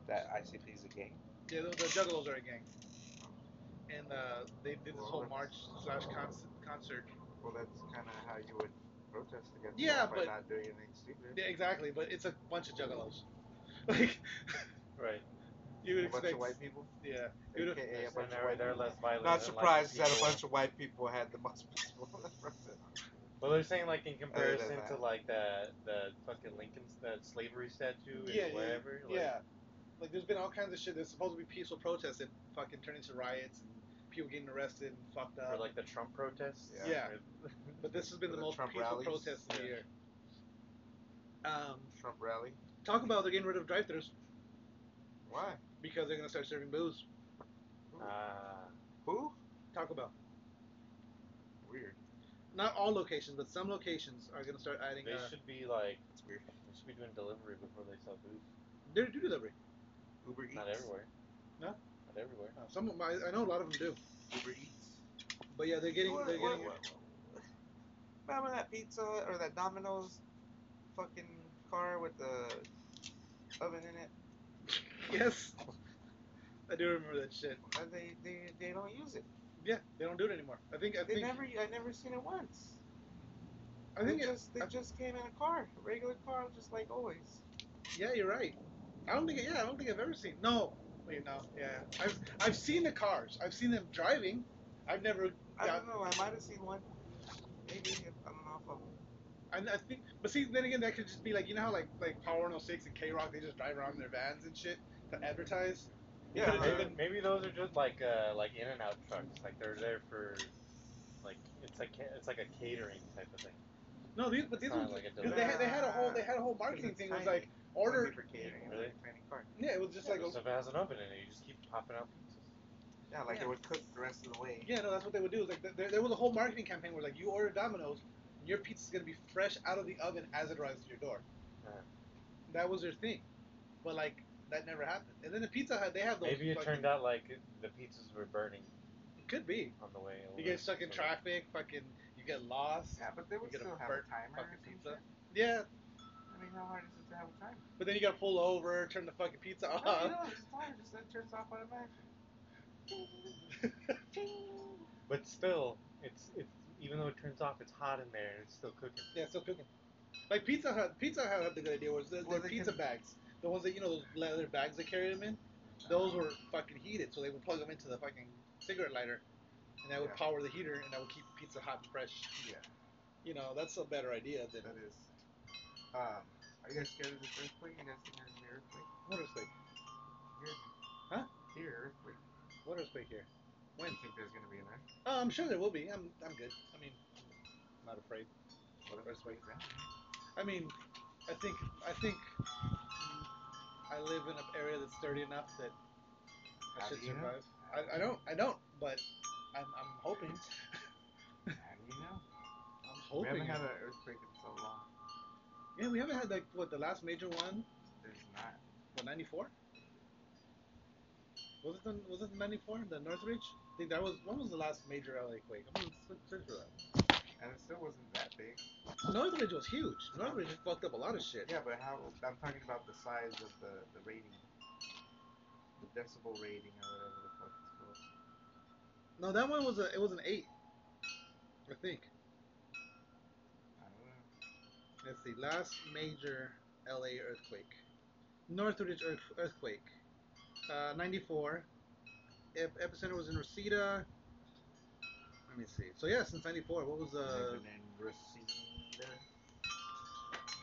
Speaker 4: That ICP is a gang.
Speaker 2: Yeah, the, the Juggalos are a gang. And uh, they did this whole march slash concert. concert.
Speaker 6: Well, that's kind of how you would protest against
Speaker 2: Yeah,
Speaker 6: that by
Speaker 2: but-
Speaker 6: not doing anything stupid.
Speaker 2: Yeah, exactly, but it's a bunch of Juggalos. Like
Speaker 3: Right.
Speaker 2: you would
Speaker 6: a bunch
Speaker 2: expect.
Speaker 6: of white people.
Speaker 2: Yeah, you would,
Speaker 6: AKA a
Speaker 3: And
Speaker 6: bunch of
Speaker 3: they're,
Speaker 6: white
Speaker 3: they're
Speaker 6: people.
Speaker 3: less violent.
Speaker 6: Not
Speaker 3: than, like,
Speaker 6: surprised that a
Speaker 3: people-
Speaker 6: bunch of white people had the most peaceful protest.
Speaker 3: Well, they're saying
Speaker 6: Oh,
Speaker 3: like in comparison
Speaker 6: that.
Speaker 3: to like the the fucking Lincoln's the slavery statue and
Speaker 2: yeah, yeah,
Speaker 3: whatever. like,
Speaker 2: yeah. Like there's been all kinds of shit. There's supposed to be peaceful protests that fucking turn into riots and people getting arrested and fucked
Speaker 3: Or
Speaker 2: up.
Speaker 3: like the Trump protests.
Speaker 6: Yeah.
Speaker 2: Yeah. but this has been
Speaker 6: or
Speaker 2: the
Speaker 6: the
Speaker 2: most
Speaker 6: Trump
Speaker 2: peaceful
Speaker 6: rallies.
Speaker 2: protest of the
Speaker 3: Yeah.
Speaker 2: year. Um,
Speaker 6: Trump rally.
Speaker 2: talk about they're getting rid of drive-thrus
Speaker 6: Why?
Speaker 2: because they're gonna start serving booze.
Speaker 3: Ah.
Speaker 6: Who?
Speaker 2: Taco Bell.
Speaker 6: Weird.
Speaker 2: Not all locations, but some locations are gonna start adding.
Speaker 3: They
Speaker 2: Uh,
Speaker 3: should be like
Speaker 6: It's weird.
Speaker 3: they should be doing delivery before they sell food.
Speaker 2: they do delivery.
Speaker 6: Uber Eats.
Speaker 3: Not everywhere.
Speaker 2: No?
Speaker 3: Not everywhere.
Speaker 2: Uh, Some of 'em- I, I know a lot of them do,
Speaker 6: Uber Eats.
Speaker 2: but yeah, they're getting
Speaker 6: What-
Speaker 2: they're
Speaker 6: what-
Speaker 2: getting.
Speaker 6: what- what- Remember that pizza or that Domino's fucking car with the oven in it?
Speaker 2: Yes, I do remember that shit.
Speaker 6: Uh, They they, they don't use it.
Speaker 2: Yeah, they don't do it anymore. I think I
Speaker 6: They
Speaker 2: think
Speaker 6: never I never seen it once.
Speaker 2: I think
Speaker 6: they
Speaker 2: it,
Speaker 6: just they just came in a car, a regular car, just like always.
Speaker 2: yeah, you're right. I don't think yeah, I don't think I've ever seen. No, wait, no, yeah, I've I've seen the cars. I've seen them driving. I've never.
Speaker 6: I
Speaker 2: Yeah,
Speaker 6: don't know. I might have seen one. Maybe I don't know if I'm
Speaker 2: I, I think, but see, then again, that could just be like you know how like like Power 106 and K Rock they just drive around in their vans and shit to advertise.
Speaker 6: Yeah,
Speaker 3: Maybe,
Speaker 6: uh,
Speaker 3: maybe, maybe those are just like uh like in and out trucks. Like they're there for like it's like ca- it's like a catering type of thing.
Speaker 2: No, these but these
Speaker 3: Kinda
Speaker 2: ones
Speaker 3: like a
Speaker 2: because they had, they had a whole they had a whole marketing
Speaker 6: it's
Speaker 2: thing. It was
Speaker 6: tiny.
Speaker 2: like order.
Speaker 6: for catering,
Speaker 3: Really?
Speaker 6: like tiny car.
Speaker 2: Yeah, it was just like
Speaker 3: So
Speaker 2: a,
Speaker 3: if it has an oven in it. You just keep popping out pizzas.
Speaker 6: Yeah, like
Speaker 2: Yeah.
Speaker 6: it would cook the rest of the way.
Speaker 2: Yeah, no, that's what they would do. Is like th- there, there was a whole marketing campaign where like you order Domino's, and your pizza's gonna be fresh out of the oven as it arrives to your door.
Speaker 3: Right.
Speaker 2: That was their thing, but like that never happened. And then the Pizza Hut, they have those.
Speaker 3: Maybe it
Speaker 2: fucking-
Speaker 3: turned out like the pizzas were burning
Speaker 2: It could be.
Speaker 3: on the way.
Speaker 2: You
Speaker 3: over,
Speaker 2: get stuck in
Speaker 3: so-
Speaker 2: traffic, fucking, you get lost.
Speaker 6: Yeah, but they would
Speaker 2: get a
Speaker 6: still have a
Speaker 2: burnt
Speaker 6: timer. or
Speaker 2: fucking
Speaker 6: some
Speaker 2: pizza.
Speaker 6: shit.
Speaker 2: Yeah,
Speaker 6: I mean, how hard is it to have a timer?
Speaker 2: but then you gotta pull over, turn the fucking pizza off.
Speaker 6: No, no, it's timer. Just that turns off automatically.
Speaker 3: But still, it's it's even though it turns off, it's hot in there and it's still cooking.
Speaker 2: Yeah, still cooking. Like Pizza Hut, Pizza Hut had the good idea was the,
Speaker 6: Well,
Speaker 2: the
Speaker 6: they
Speaker 2: pizza
Speaker 6: can-
Speaker 2: bags, the ones that you know those leather bags they carry them in. Those were fucking heated, so they would plug them into the fucking cigarette lighter, and that would
Speaker 6: Yeah.
Speaker 2: power the heater, and that would keep pizza hot and fresh.
Speaker 6: Yeah,
Speaker 2: You know, that's a better idea than
Speaker 6: that is. Um, are you guys scared of this earthquake? You guys think there's an earthquake?
Speaker 2: water spike.
Speaker 6: Here.
Speaker 2: Huh?
Speaker 6: Here, earthquake.
Speaker 2: Water spike here.
Speaker 6: When do you think there's gonna be an earthquake?
Speaker 2: Oh, I'm sure there will be. I'm, I'm good. I mean, I'm not afraid.
Speaker 6: What if earthquake is happening?
Speaker 2: I mean, I think, I think, I live in an area that's sturdy enough that I
Speaker 6: How
Speaker 2: should
Speaker 6: do you know?
Speaker 2: survive. I, I don't, I don't, but I'm, I'm hoping.
Speaker 6: How do you know?
Speaker 2: I'm
Speaker 6: We
Speaker 2: hoping.
Speaker 6: haven't had an earthquake in so long.
Speaker 2: yeah, we haven't had like what the last major one,
Speaker 6: There's not.
Speaker 2: what '94? Was it the was it '94? The Northridge? I think that was when was the last major LA quake? I'm gonna search- search for that.
Speaker 6: And it still wasn't that big.
Speaker 2: Northridge was huge. Northridge fucked up a lot of shit.
Speaker 6: Yeah, but how? I'm talking about the size of the, the rating, the decibel rating, or whatever the fuck it's called.
Speaker 2: No, that one was a it was an eight, I think.
Speaker 6: I don't know.
Speaker 2: Let's see, last major LA earthquake. Northridge earth, earthquake. Uh, 94. Ep- epicenter was in Reseda. Let me see. So, yeah, since 94, what was uh,
Speaker 6: Living in Reseda.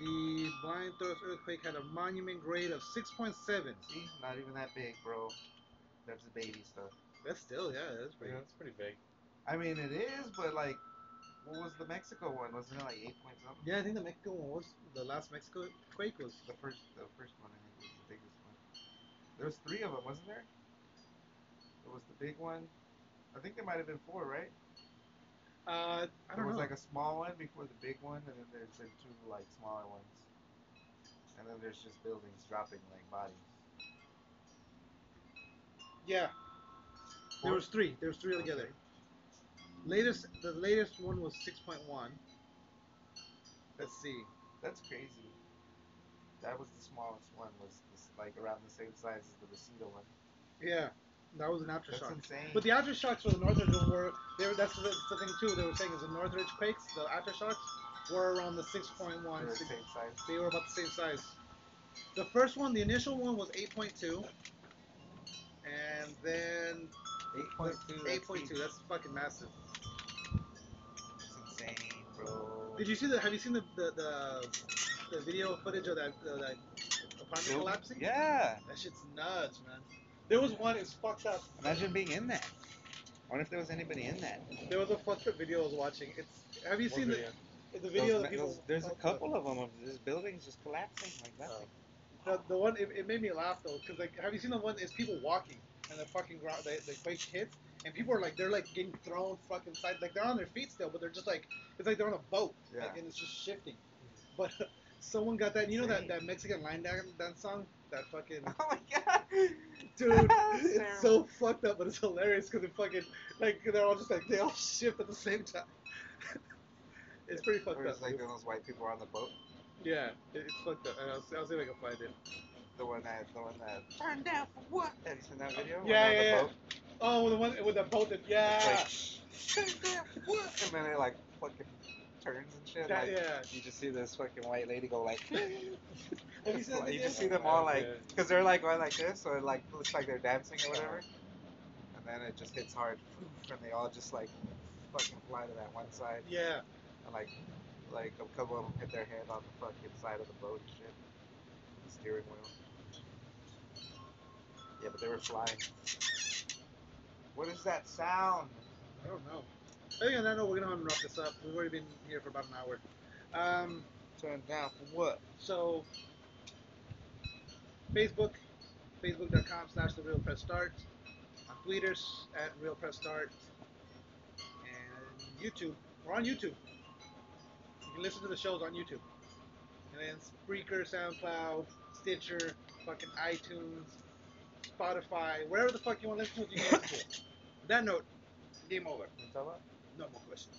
Speaker 2: the Blind Throats earthquake had a monument grade of 6.7.
Speaker 6: See, not even that big, bro. That's the baby stuff.
Speaker 2: That's still, yeah, that's pretty
Speaker 3: Yeah, it's pretty big.
Speaker 6: I mean, it is, but like, What was the Mexico one? Wasn't it like eight point something?
Speaker 2: Yeah, I think the Mexico one was the last Mexico quake was.
Speaker 6: The first, the first one I think was the biggest one. There was three of them, wasn't there? There was the big one. I think there might have been four, right?
Speaker 2: Uh, I
Speaker 6: there
Speaker 2: don't
Speaker 6: was
Speaker 2: know.
Speaker 6: like a small one before the big one, and then there's been two like smaller ones, and then there's just buildings dropping like bodies.
Speaker 2: yeah, there
Speaker 6: Four?
Speaker 2: was three. There was three altogether. Latest, the latest one was six point one. Let's see.
Speaker 6: That's crazy. That was the smallest one. Was this, like around the same size as the Reseda one.
Speaker 2: Yeah, that was an
Speaker 6: That's
Speaker 2: aftershock.
Speaker 6: insane.
Speaker 2: But the aftershocks for the Northridge one were they were, that's the, the thing too. They were saying is the Northridge quakes, the aftershocks were around the 6.1.
Speaker 6: They're the
Speaker 2: six-
Speaker 6: same size.
Speaker 2: they were about the same size. The first one, the initial one was 8.2, and then
Speaker 6: Eight point two.
Speaker 2: 8.2. That's fucking massive.
Speaker 6: That's insane, bro.
Speaker 2: Did you see the? Have you seen the the, the, the video footage of that uh, that apartment
Speaker 6: Nope.
Speaker 2: collapsing?
Speaker 6: Yeah.
Speaker 2: That shit's nuts, man. There was one. It's fucked up.
Speaker 6: Imagine being in that. I wonder if there was anybody in that.
Speaker 2: There was a fucked up video I was watching. It's. Have you
Speaker 3: What
Speaker 2: seen
Speaker 3: video?
Speaker 2: the the video?
Speaker 6: Those-
Speaker 2: of the people,
Speaker 6: those- there's a
Speaker 2: of the-
Speaker 6: couple of them of these buildings just collapsing like that.
Speaker 3: Oh.
Speaker 2: The, the one it, it made me laugh though, because like, have you seen the one? It's people walking and the fucking ground, the, the quake hits, and people are like, they're like getting thrown fucking side, like they're on their feet still, but they're just like, it's like they're on a boat, like,
Speaker 6: Yeah.
Speaker 2: and it's just shifting. But someone got that, you know that,
Speaker 6: Insane.
Speaker 2: that Mexican line dance, dance song, that fucking
Speaker 6: Oh my god!
Speaker 2: dude,
Speaker 6: That's
Speaker 2: it's so
Speaker 6: terrible.
Speaker 2: fucked up, but it's hilarious because it fucking like they're all just like they all shift at the same time. it's pretty fucked
Speaker 6: Or
Speaker 2: up.
Speaker 6: it's like
Speaker 2: dude.
Speaker 6: those white people on the boat.
Speaker 2: yeah, it, it's fucked up. And I'll, see- I'll see if I can find it.
Speaker 6: The one that, the one that turned down for what? Have you seen that video? When
Speaker 2: Yeah,
Speaker 6: they're on
Speaker 2: yeah, yeah.
Speaker 6: the boat,
Speaker 2: Oh, the one with the boat that yeah.
Speaker 6: It's like, turned down for what? And then it like fucking turns and shit.
Speaker 2: That-
Speaker 6: like,
Speaker 2: yeah.
Speaker 6: You just see this fucking white lady go like.
Speaker 2: Have you seen that
Speaker 6: Like, you
Speaker 2: video?
Speaker 6: just see them all like,
Speaker 3: Yeah.
Speaker 6: because they're like going like this, or like looks like they're dancing or whatever. And then it just hits hard, and they all just like fucking fly to that one side.
Speaker 2: Yeah,
Speaker 6: and like like a couple of them hit their head on the fucking side of the boat and shit, the steering wheel. Yeah, but they were flying. What is that sound?
Speaker 2: I don't know. I think on that note, we're gonna have to wrap this up. We've already been here for about an hour. Um,
Speaker 6: Turned down for what?
Speaker 2: so Facebook, facebook.com slash the real press start, on Tweeters at real press start, and YouTube. We're on YouTube. You can listen to the shows on YouTube, and then Spreaker, SoundCloud, Stitcher, fucking iTunes, Spotify, wherever the fuck you want to listen to, it, you can listen to it. On that note, game over.
Speaker 6: You tell what?
Speaker 2: No more questions.